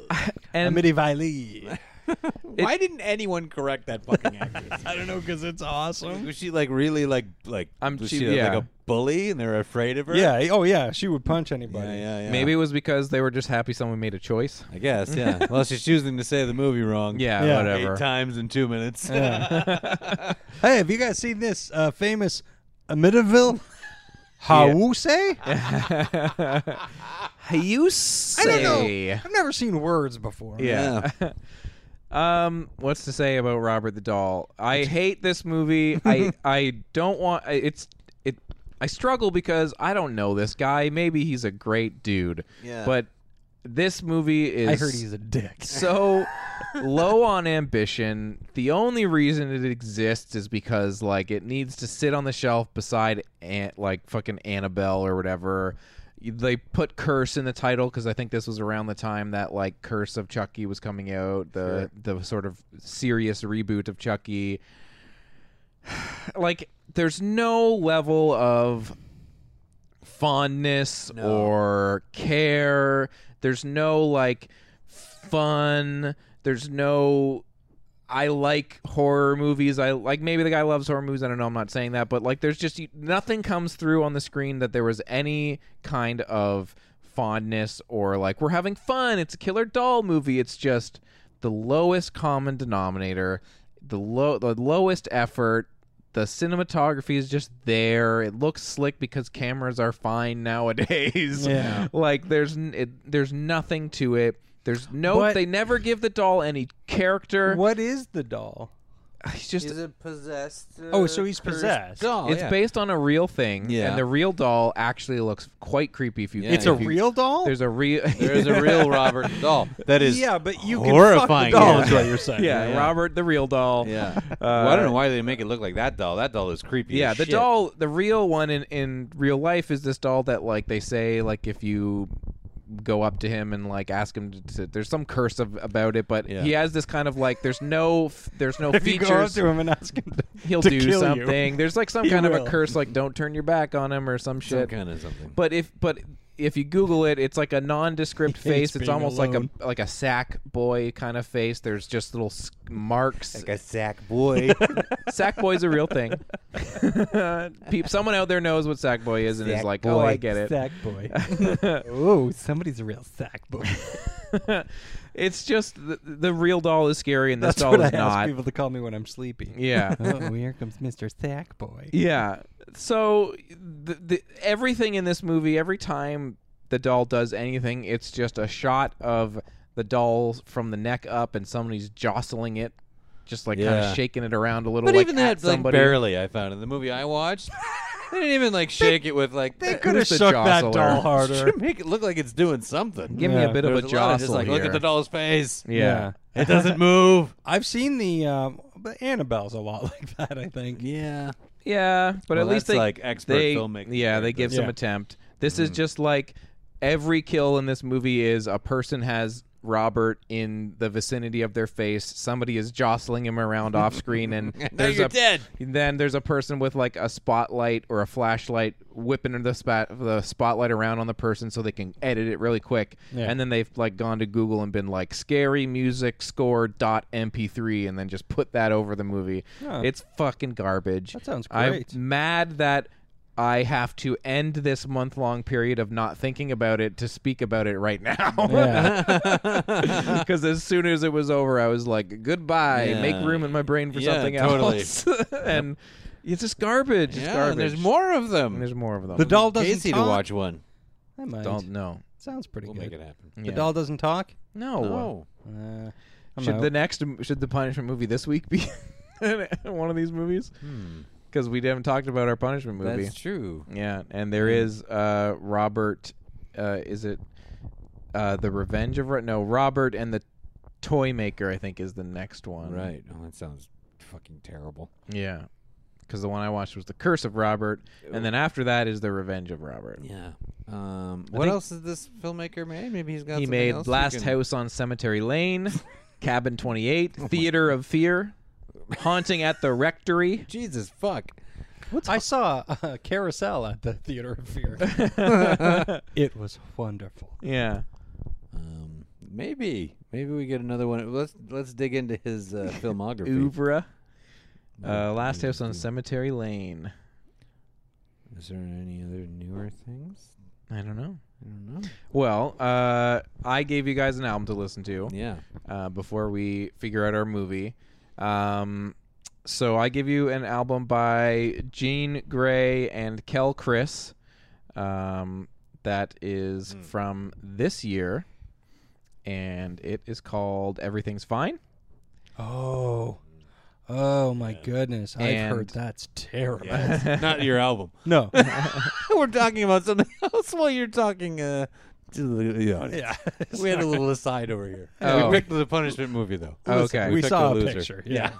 And
Amityville.
Why didn't anyone correct that fucking actress? I don't know because it's awesome. Was she like really like like
I'm-
was
she-
she,
yeah.
like a bully and they're afraid of her?
Yeah. Oh, yeah. She would punch
yeah,
anybody.
yeah, yeah.
maybe it was because they were just happy someone made a choice.
I guess. Yeah. well, she's choosing to say the movie wrong.
Yeah,
Yeah.
Eight
whatever.
times in two minutes.
Hey, have you guys seen this uh, famous Amityville? Hause?
You say
I don't know. I've never seen words before.
Yeah. um, what's to say about Robert the Doll? I hate this movie. I I don't want I- it's it. I struggle because I don't know this guy. Maybe he's a great dude.
Yeah.
But this movie is.
I heard he's a dick.
so low on ambition. The only reason it exists is because like it needs to sit on the shelf beside An- like fucking Annabelle or whatever. They put curse in the title because I think this was around the time that like Curse of Chucky was coming out, the the sort of serious reboot of Chucky. like there's no level of fondness or care. There's no like fun. There's no I like horror movies. I like maybe the guy loves horror movies. I don't know. I'm not saying that, but like there's just nothing comes through on the screen that there was any kind of fondness or like we're having fun. It's a killer doll movie. It's just the lowest common denominator, the low the lowest effort. The cinematography is just there. It looks slick because cameras are fine nowadays.
Yeah.
like there's n- it, there's nothing to it. There's no.
But-
they never give the doll any character.
What is the doll?
He's just.
Is it possessed?
Oh, so he's possessed.
Doll,
it's
yeah.
based on a real thing,
Yeah.
and the real doll actually looks quite creepy. If you,
Yeah.
It's
if
a
you-
real doll.
There's a real.
There's a real Robert doll. That is
yeah, but you
horrifying.
can fuck the doll.
yeah. Uh,
Is what you're saying?
yeah, Robert the real doll.
Yeah. well, I don't know why they make it look like that doll. That doll is creepy.
Yeah,
as
the
shit.
doll, the real one in in real life is this doll that like they say like if you go up to him and like ask him to, to there's some curse of, about it, but
Yeah.
he has this kind of like there's no f- there's no
If you
features.
go up to him and ask him, to,
He'll
to
do
kill
something.
You.
There's like some
He
kind of
will.
a curse, like don't turn your back on him or some
Some
shit.
kind of something.
But if but if you Google it, it's like a nondescript
He hates
face. It's
being
almost
alone.
like a like a sack boy kind of face. There's just little s- marks.
a sack boy.
Sackboy's a real thing. Peep, someone out there knows what Sackboy is and is like, oh, I get it.
Sack boy. oh, somebody's a real sack boy.
it's just the, the real doll is scary and this
That's
doll
what I
is
ask
not.
people to call me when I'm sleepy.
Yeah.
oh, here comes Mr. Sack boy.
Yeah. So the, the everything in this movie, every time the doll does anything, it's just a shot of the doll from the neck up, and somebody's jostling it, just like kind
Yeah.
of shaking it around a little.
but
like,
even
at
that, like,
somebody.
barely, I found in the movie I watched. They didn't even like shake it with like.
They
They
could have
Who's the
shook that
jostler?
doll harder.
should make it look like it's doing something.
Give me
Yeah.
a bit of a
There's lot
jostle
just like
here.
look at the doll's face.
Yeah.
It doesn't move.
I've seen the um, but Annabelle's a lot like that. I think.
Yeah.
Yeah, but
Well,
at least
that's
they
like expert
they,
filmmaking
Yeah,
right Mm-hmm.
they give
there.
some
Yeah.
attempt. This is just like every kill in this movie is a person has Robert in the vicinity of their face. Somebody is jostling him around off screen, and there's
you're
a
dead.
Then there's a person with like a spotlight or a flashlight whipping the spot the spotlight around on the person so they can edit it really quick.
Yeah.
And then they've like gone to Google and been like scary music score dot mp3 and then just put that over the movie. It's fucking garbage.
That sounds great.
I'm mad that I have to end this month long period of not thinking about it to speak about it right now. Because as soon as it was over, I was like, goodbye,
Yeah.
make room in my brain for
Yeah,
something
totally.
else. and it's just garbage. It's
Yeah.
garbage.
and There's more of them.
And there's more of them.
The doll doesn't
Casey to
talk.
watch one.
I might.
Don't know.
Sounds pretty
We'll
good.
make it happen.
The doll doesn't talk.
No.
Oh.
Uh, I'm
Should
out.
the next should the punishment movie this week be one of these movies? Because we haven't talked about our punishment movie.
Hmm. That's true.
Yeah, and there
Mm.
is uh, Robert. Uh, is it uh, the Revenge of Ro- No Robert and the Toy Maker? I think is the next one.
Right. Oh, that sounds fucking terrible.
Yeah, because the one I watched was the Curse of Robert, and then after that is the Revenge of Robert.
Yeah. Um, what
think-
else has this filmmaker made? Maybe he's got.
He
something
made
else we
Last
can-
House on Cemetery Lane, Cabin Twenty
Oh
Eight, Theater of Fear, Haunting at the Rectory.
Jesus fuck.
I saw a carousel at the Theater of Fear. it was wonderful.
Yeah.
Um, maybe. Maybe we get another one. Let's let's dig into his uh, filmography.
Oeuvre. Uh, Last House
Mm-hmm.
on Cemetery Lane.
Is there any other newer things?
I don't know.
I don't know.
Well, uh, I gave you guys an album to listen to
Yeah.
uh, before we figure out our movie. Um, so I give you an album by Gene Gray and Kel Chris um, that
Hmm.
is from this year, and it is called Everything's Fine.
Oh. Oh my goodness. I've
And-
heard that's terrible.
Not your album.
No.
We're talking about something else while you're talking uh, to the, the audience. we had a little aside over here.
Oh.
We picked the punishment movie though.
okay,
we
picked
saw a
the loser.
picture. Yeah.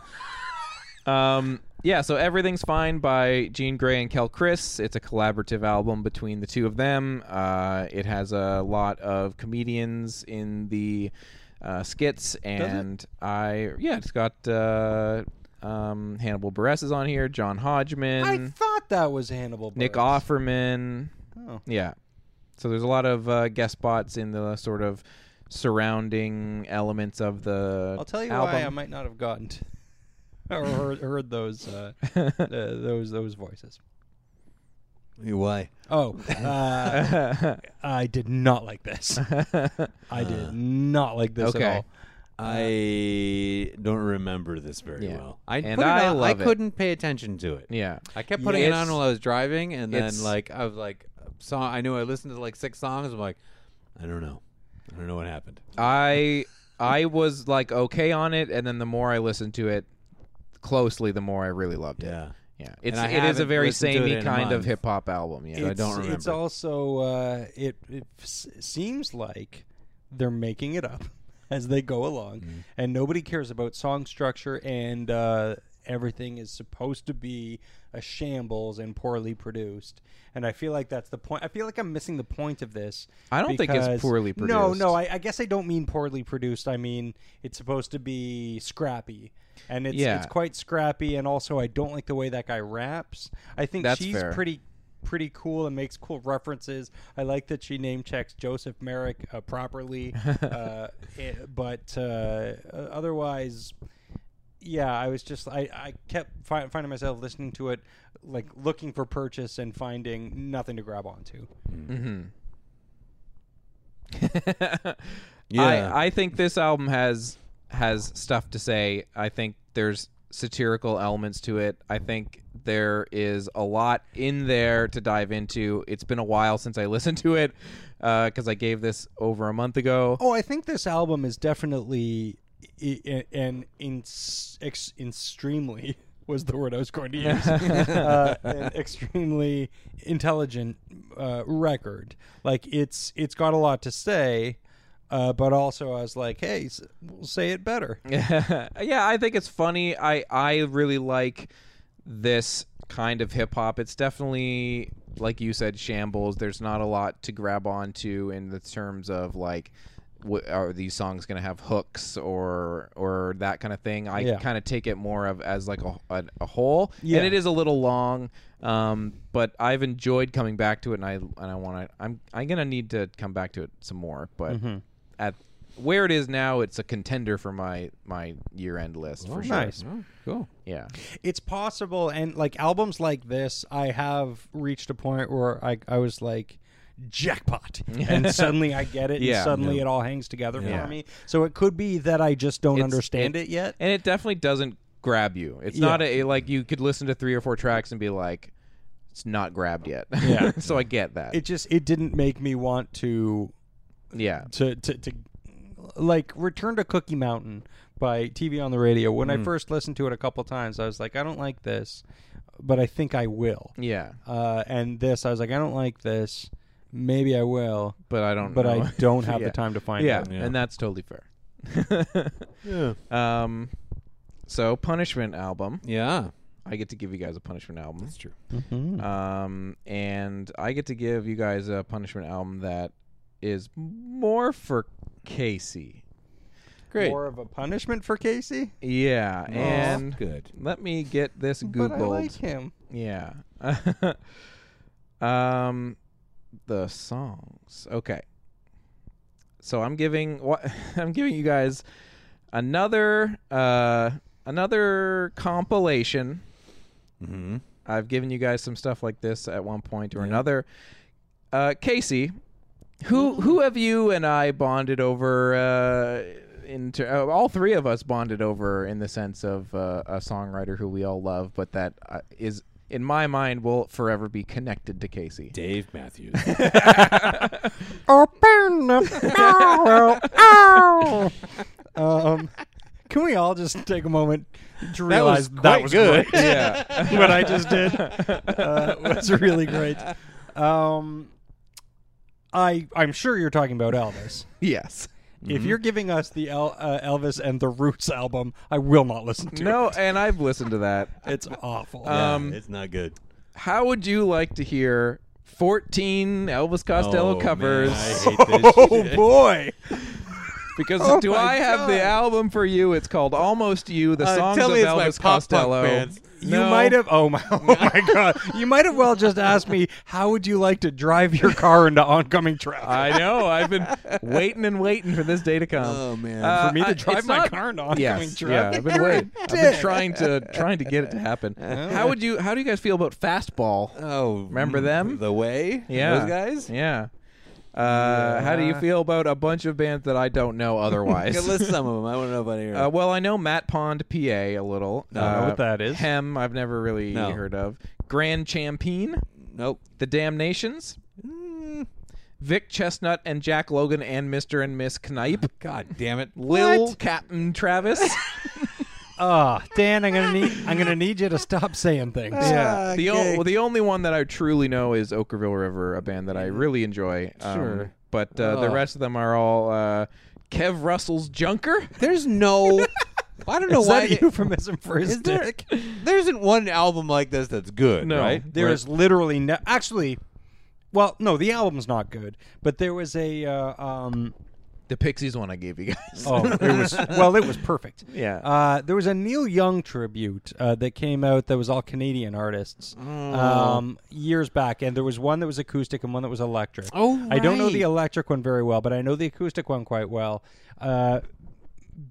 Um, yeah, so Everything's Fine by Gene Gray and Kel Chris. It's a collaborative album between the two of them. Uh, it has a lot of comedians in the uh, skits, and I yeah, it's got uh, um, Hannibal Buress is on here, John Hodgman,
I thought that was Hannibal.
Nick
Buress.
Offerman.
Oh.
Yeah, so there's a lot of uh, guest spots in the sort of surrounding elements of the.
I'll tell you
album.
why I might not have gotten to or heard, heard those uh, uh, those those voices.
Why?
Oh, uh, I did not like this. I
Uh,
did not like this
okay.
at all.
I don't remember this very
Yeah.
well. I
And
put it
I
on-
love
I
it.
couldn't pay attention to it.
Yeah.
I kept putting it
It's-
on while I was driving, and then
it's-
like I was like, song. I knew I listened to like six songs. I'm like, I don't know. I don't know what happened.
I I was like okay on it, and then the more I listened to it closely, the more I really loved it.
Yeah.
yeah. It's
I
it is a
haven't
very
listened to it
samey
in a
kind of
month.
hip hop album. Yeah,
So I
it's,
don't remember.
It's also uh, it, it s- seems like they're making it up as they go along,
Mm.
and nobody cares about song structure, and uh, everything is supposed to be a shambles and poorly produced. And I feel like that's the point. I feel like I'm missing the point of this.
I don't think it's
because-
poorly
No,
produced.
no. I, I guess I don't mean poorly produced. I mean it's supposed to be scrappy. And it's,
Yeah.
it's quite scrappy, and also I don't like the way that guy raps. I think
That's
she's
fair.
pretty pretty cool and makes cool references. I like that she name checks Joseph Merrick uh, properly, uh, eh, but uh, otherwise, yeah, I was just I I kept fi- finding myself listening to it, like looking for purchase and finding nothing to grab onto.
Yeah.
I, I think this album has has stuff to say. I think there's satirical elements to it. I think there is a lot in there to dive into. It's been a while since I listened to it because I gave this over a month ago.
Oh, I think this album is definitely i- i- an ins- ex- extremely was the word I was going to use. uh, an extremely intelligent uh, record. Like it's it's got a lot to say, uh, but also I was like, hey, s- we'll say it better.
yeah, I think it's funny. I I really like this kind of hip hop. It's definitely like you said, shambles. There's not a lot to grab onto in the terms of like. wh- Are these songs going to have hooks or or that kind of thing? I
Yeah.
kind of take it more of as like a a, a whole,
Yeah.
and it is a little long. Um, but I've enjoyed coming back to it, and I and I want to. I'm I'm gonna need to come back to it some more, but
Mm-hmm.
at where it is now, it's a contender for my my year end list for sure.
Oh, nice.
Cool.
Yeah,
it's possible and like albums like this i have reached a point where i, I was like jackpot and suddenly i get it
Yeah.
and suddenly it all hangs together
Yeah.
for me so it could be that i just don't
It's-
understand it, yet
and it definitely doesn't grab you. It's
Yeah.
not a like you could listen to three or four tracks and be like, it's not grabbed yet.
Yeah.
so I get that.
it just it didn't make me want to
yeah,
to to, to like return to cookie mountain by tv on the radio when
Mm.
i first listened to it a couple times i was like i don't like this but i think i will
yeah,
uh, and this i was like i don't like this maybe i will
but I don't.
but
know.
I don't have
Yeah.
the time to find
Yeah.
out.
and that's totally fair. yeah. Um. So punishment album.
Yeah.
I get to give you guys a punishment album. That's
true.
Um, and I get to give you guys a punishment album that is more for Casey.
Great.
More of a punishment for Casey,
Yeah, and
Oh, good.
let me get this
but I like
googled.
him.
yeah. um, the songs. Okay. So I'm giving what I'm giving you guys another uh another compilation.
Mm-hmm.
I've given you guys some stuff like this at one point or another. Uh, Casey, who who have you and I bonded over? Uh, into uh, all three of us bonded over in the sense of uh, a songwriter who we all love, but that uh, is in my mind will forever be connected to Casey.
Dave Matthews.
Open the door. Oh. um, can we all just take a moment to realize that was,
quite good.
great? Yeah, what I just did uh, was really great. Um, I I'm sure you're talking about Elvis.
Yes.
If you're giving us the El- uh, Elvis and the Roots album, I will not listen to
No, and I've listened to that.
it. It's awful.
Um,
it's not good.
How would you like to hear 14 Elvis Costello
Oh,
covers?
Man, I hate this
oh
shit.
boy.
Because do I have
Oh God.
the album for you? It's called Almost You, the
Uh,
songs
tell me
of
it's my
Elvis
pop punk
Costello.
bands.
You might have. Oh my! Oh my God! You might have well just asked me how would you like to drive your car into oncoming traffic.
I know. I've been waiting and waiting for this day to come.
Oh, man.
Uh,
for me
I-
to drive
it's
my
not-
car into oncoming
Yes, yeah,
traffic.
I've been waiting. I've been trying to trying to get it to happen. How would you? How do you guys feel about fastball?
oh,
Remember them?
The way?
yeah,
Those guys?
Yeah. Uh, How do you feel about a bunch of bands that I don't know otherwise?
Okay, list some of them. I want to know about here.
Uh, well, I know Matt Pond, PA, a little. Don't
know what that is.
Hem, I've never really
No.
heard of. Grand Champagne,
nope. Mm.
The Damnations, Vic Chestnut and Jack Logan and Mr. and Miss Knipe.
God damn it.
Lil
What?
Captain Travis.
Ah, Dan, I'm gonna need I'm gonna need you to stop saying things.
Ah,
Ah,
yeah. The, o- well, the only one that I truly know is Okerville River, a band that I really enjoy. Um,
Mm. Sure.
But uh, the rest of them are all uh, Kev Russell's Junker.
There's no. I don't know
Is
why.
that a
they-
euphemism for his
is there,
dick?
there isn't one album like this that's good,
No.
right?
There is literally no. Actually, well, no, the album's not good, but there was a. Uh, um,
The Pixies one I gave you guys.
oh, it was well, it was perfect.
Yeah.
Uh, there was a Neil Young tribute uh, that came out that was all Canadian artists
Oh.
um, years back, and there was one that was acoustic and one that was electric.
Oh,
I don't know the
right.
electric one very well, but I know the acoustic one quite well. Uh,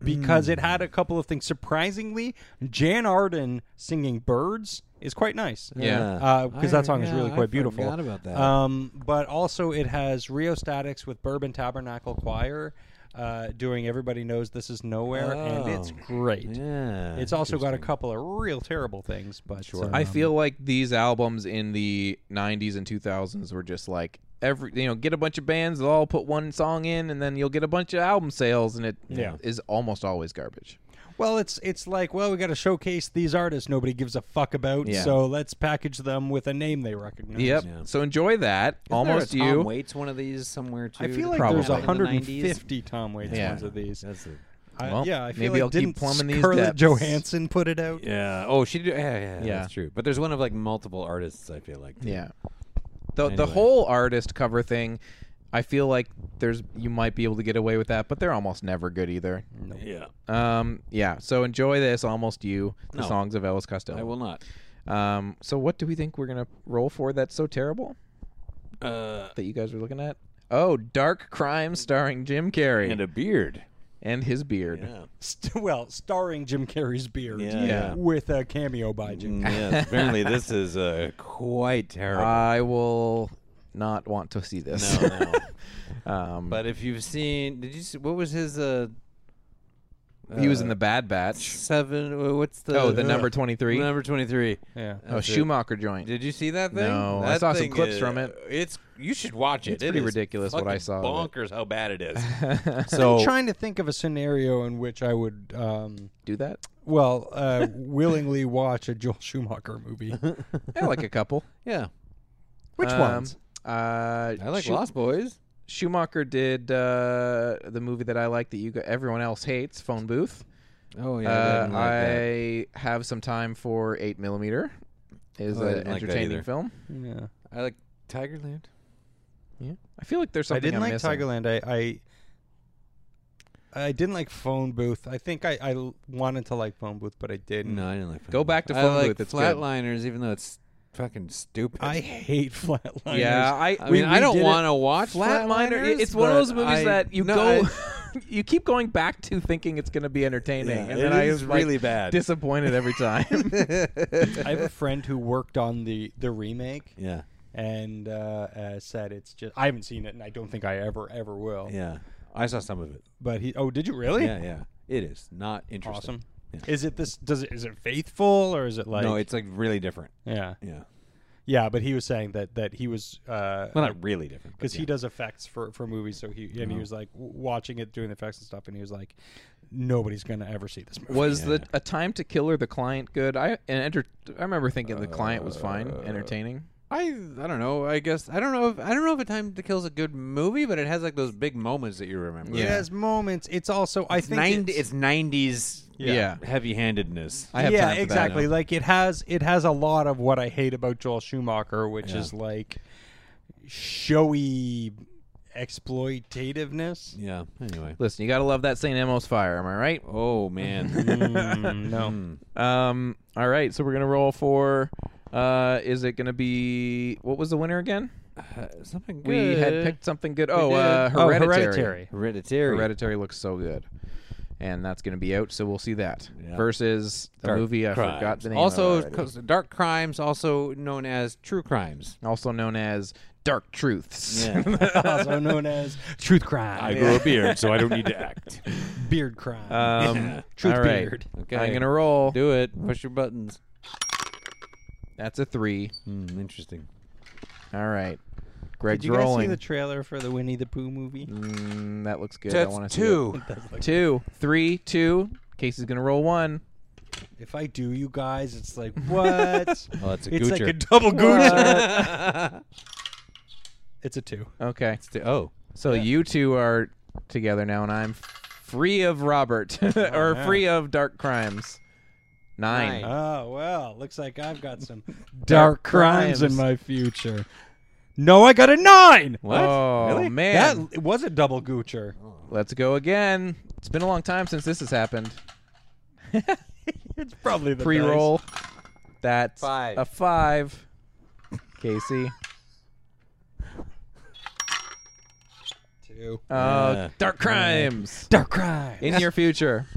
because it had a
Hmm.
couple of things. Surprisingly, Jan Arden singing "Birds" is quite nice.
Yeah.
because Uh, that song is
yeah,
really
I
quite beautiful.
forgot about that.
Um, but also it has Rio Statics with Bourbon Tabernacle Choir. Uh, doing everybody knows this is nowhere, and it's
Oh.
great.
Yeah,
it's also got a couple of real terrible things, but uh, sure.
I feel like these albums in the 90s and 2000s were just like every you know get a bunch of bands they'll all put one song in and then you'll get a bunch of album sales and it is
Yeah.
almost always garbage.
Well, it's it's like well, we got to showcase these artists nobody gives a fuck about,
Yeah.
so let's package them with a name they recognize.
Yep. So enjoy that. almost
Isn't there a
you.
Tom Waits one of these somewhere too.
I feel like
Probably.
there's
Probably.
150 Tom Waits
Yeah.
ones of these.
That's a-
I,
Well,
yeah, I feel
maybe
like
I'll keep
didn't
plumbing these
Scarlett
depths.
Johansson put it out.
Yeah. Oh, she did. Yeah, yeah,
Yeah.
That's true. But there's one of like multiple artists. I feel like.
Yeah. The the
Anyway.
whole artist cover thing, I feel like there's you might be able to get away with that, but they're almost never good either.
Yeah.
Um yeah, so enjoy this almost you, the
No.
songs of Elvis Costello.
I will not.
Um so what do we think we're going to roll for that's so terrible
Uh,
that you guys were looking at? Oh, Dark Crime starring Jim Carrey
and a beard.
and his beard.
St- well, starring Jim Carrey's beard.
Yeah. Yeah.
With a cameo by
Mm.
Jim.
Mm, yes. Apparently, this is uh, quite terrible.
I will not want to see this.
no, no. but if you've seen, did you? See, what was his? Uh,
he was in the Bad Batch.
seven. uh, What's the?
Oh, the number 23?
Number twenty-three.
Yeah.
Oh,
That's it.
Schumacher joint.
Did you see that thing?
No, I
That
saw some
thing
clips
is- uh,
from it.
It's you should watch it.
It's
It
pretty
is
ridiculous what I
fucking
saw of
Bonkers how bad it is. so
I'm trying to think of a scenario in which I would, um,
Do that?
well, uh, willingly watch a Joel Schumacher movie.
I like a couple.
yeah,
Which
Um,
ones?
Uh,
I like
Schu-
Lost Boys.
Schumacher did uh, the movie that I like that you g- everyone else hates, Phone Booth.
Oh yeah, I
Uh,
didn't like that.
I have some time for Eight Millimeter. Is
Oh, I
an
didn't like that
entertaining
either.
film.
Yeah.
I like Tigerland.
Yeah, I feel like there's
I
something
didn't
am
like
missing.
Tigerland. I, I I didn't like Phone Booth. I think I, I l- wanted to like Phone Booth, but I didn't.
No, I didn't like.
Go
Phone
back to
I
Phone
like
Booth, it's good.
Flatliners, even though it's fucking stupid.
I hate Flatliners.
Yeah, I,
I mean, I don't want to watch
Flatliner.
Flatliners.
it- It's one of those
but
movies
I-
that you
no,
go,
I-
you keep going back to thinking it's going to be entertaining,
Yeah,
and
it
then I
is
was like,
really bad.
disappointed every time.
I have a friend who worked on the the remake
yeah,
and uh, uh, said it's just. I haven't seen it, and I don't think I ever ever will.
yeah. I saw some of it.
But he. Oh, did you really?
Yeah, yeah. It is not interesting.
Awesome.
Yeah.
Is it this? Does it? Is it faithful or is it like?
no, it's like really different.
yeah,
Yeah,
yeah. But he was saying that that he was. Uh,
well, not really different.
because
but
he
yeah.
does effects for, for movies, so he
Mm-hmm.
and he was like w- watching it, doing the effects and stuff, and he was like, nobody's gonna ever see this movie.
was the a time to kill or the client good? I and enter, I remember thinking the client was fine,
Uh,
entertaining.
I I don't know. I guess I don't know. If, I don't know if A Time to Kill is a good movie, but it has like those big moments that you remember.
It has moments. It's also I think
Ninety, it's nineties.
Yeah.
heavy-handedness.
I have
yeah,
time for
exactly.
That.
Like it has it has a lot of what I hate about Joel Schumacher, which is like showy exploitativeness.
yeah. Anyway.
Listen, you gotta love that St. Elmo's fire. Am I right?
Oh man.
no,
Um. All right. So we're gonna roll for. Uh, is it gonna be what was the winner again?
Something good.
We had picked something good. Oh,
did.
uh, hereditary.
Oh, hereditary.
Hereditary.
Hereditary looks so good, and that's going to be out. So we'll see that
Yeah.
versus the
Dark
movie I
Crimes.
forgot the name.
Also,
of already.
cause Dark Crimes, also known as True Crimes.
also known as Dark Truths. Mm-hmm.
also known as truth crime,
grew a beard, so I don't need to act.
beard crime,
Um,
truth
all right.
beard.
Okay.
I'm gonna roll.
Do it. Push your buttons.
That's a three.
Hmm, interesting.
All right. Greg's
Did you guys see
rolling.
the trailer for the Winnie the Pooh movie?
Mm, that looks good. I
That's
want to
two.
It
See
does look-
it. Two, three, two. Casey's gonna roll one.
If I do, you guys, it's like what? it's
Oh, that's a
like
goocher.
a double gooch. it's a two.
Okay.
It's the- oh,
So you two are together now, and I'm free of Robert or
yeah.
free of dark crimes. Nine.
Oh, Nine.
Oh well, looks like I've got some
Dark crimes.
in my future. No, I got a nine.
What? Oh,
really?
man. Oh.
that it was a double goocher.
Let's go again. It's been a long time since this has happened.
It's probably the
Pre-roll. That's
Five.
a five. Casey.
dice. Two.
Oh, dark crimes
Dark crime.
in your future.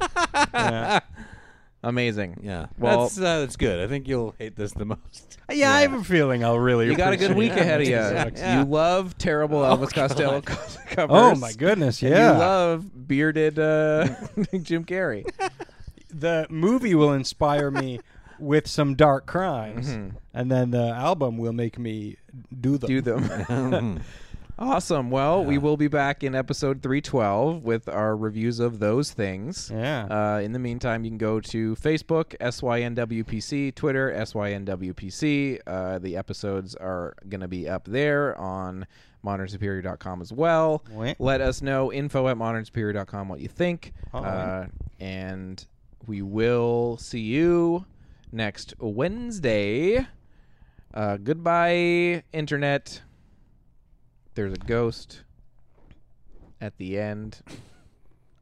yeah,
Amazing.
yeah.
Well-
that's uh, that's good. I think you'll hate this the most.
Yeah, I have a feeling I'll really.
You got a good
appreciate
week
how
ahead of
much
you.
this sucks.
Uh, You love terrible
Oh
Elvis Costello covers.
Oh my goodness!
And
Yeah,
You love bearded uh, Jim Carrey.
the movie will inspire me with some dark crimes, and then the album will make me do them.
Do them. awesome. Well, we will be back in episode 312 with our reviews of those things.
Yeah.
Uh, in the meantime, you can go to Facebook, SYNWPC, Twitter, SYNWPC. Uh, the episodes are going to be up there on modernsuperior.com as well.
Wait.
Let us know, info at modernsuperior.com, what you think. Uh, and we will see you next Wednesday. Uh, goodbye, Internet. There's a ghost at the end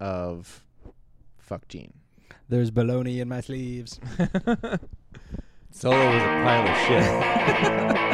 of Fuck Gene.
There's baloney in my sleeves.
Solo was a pile of shit.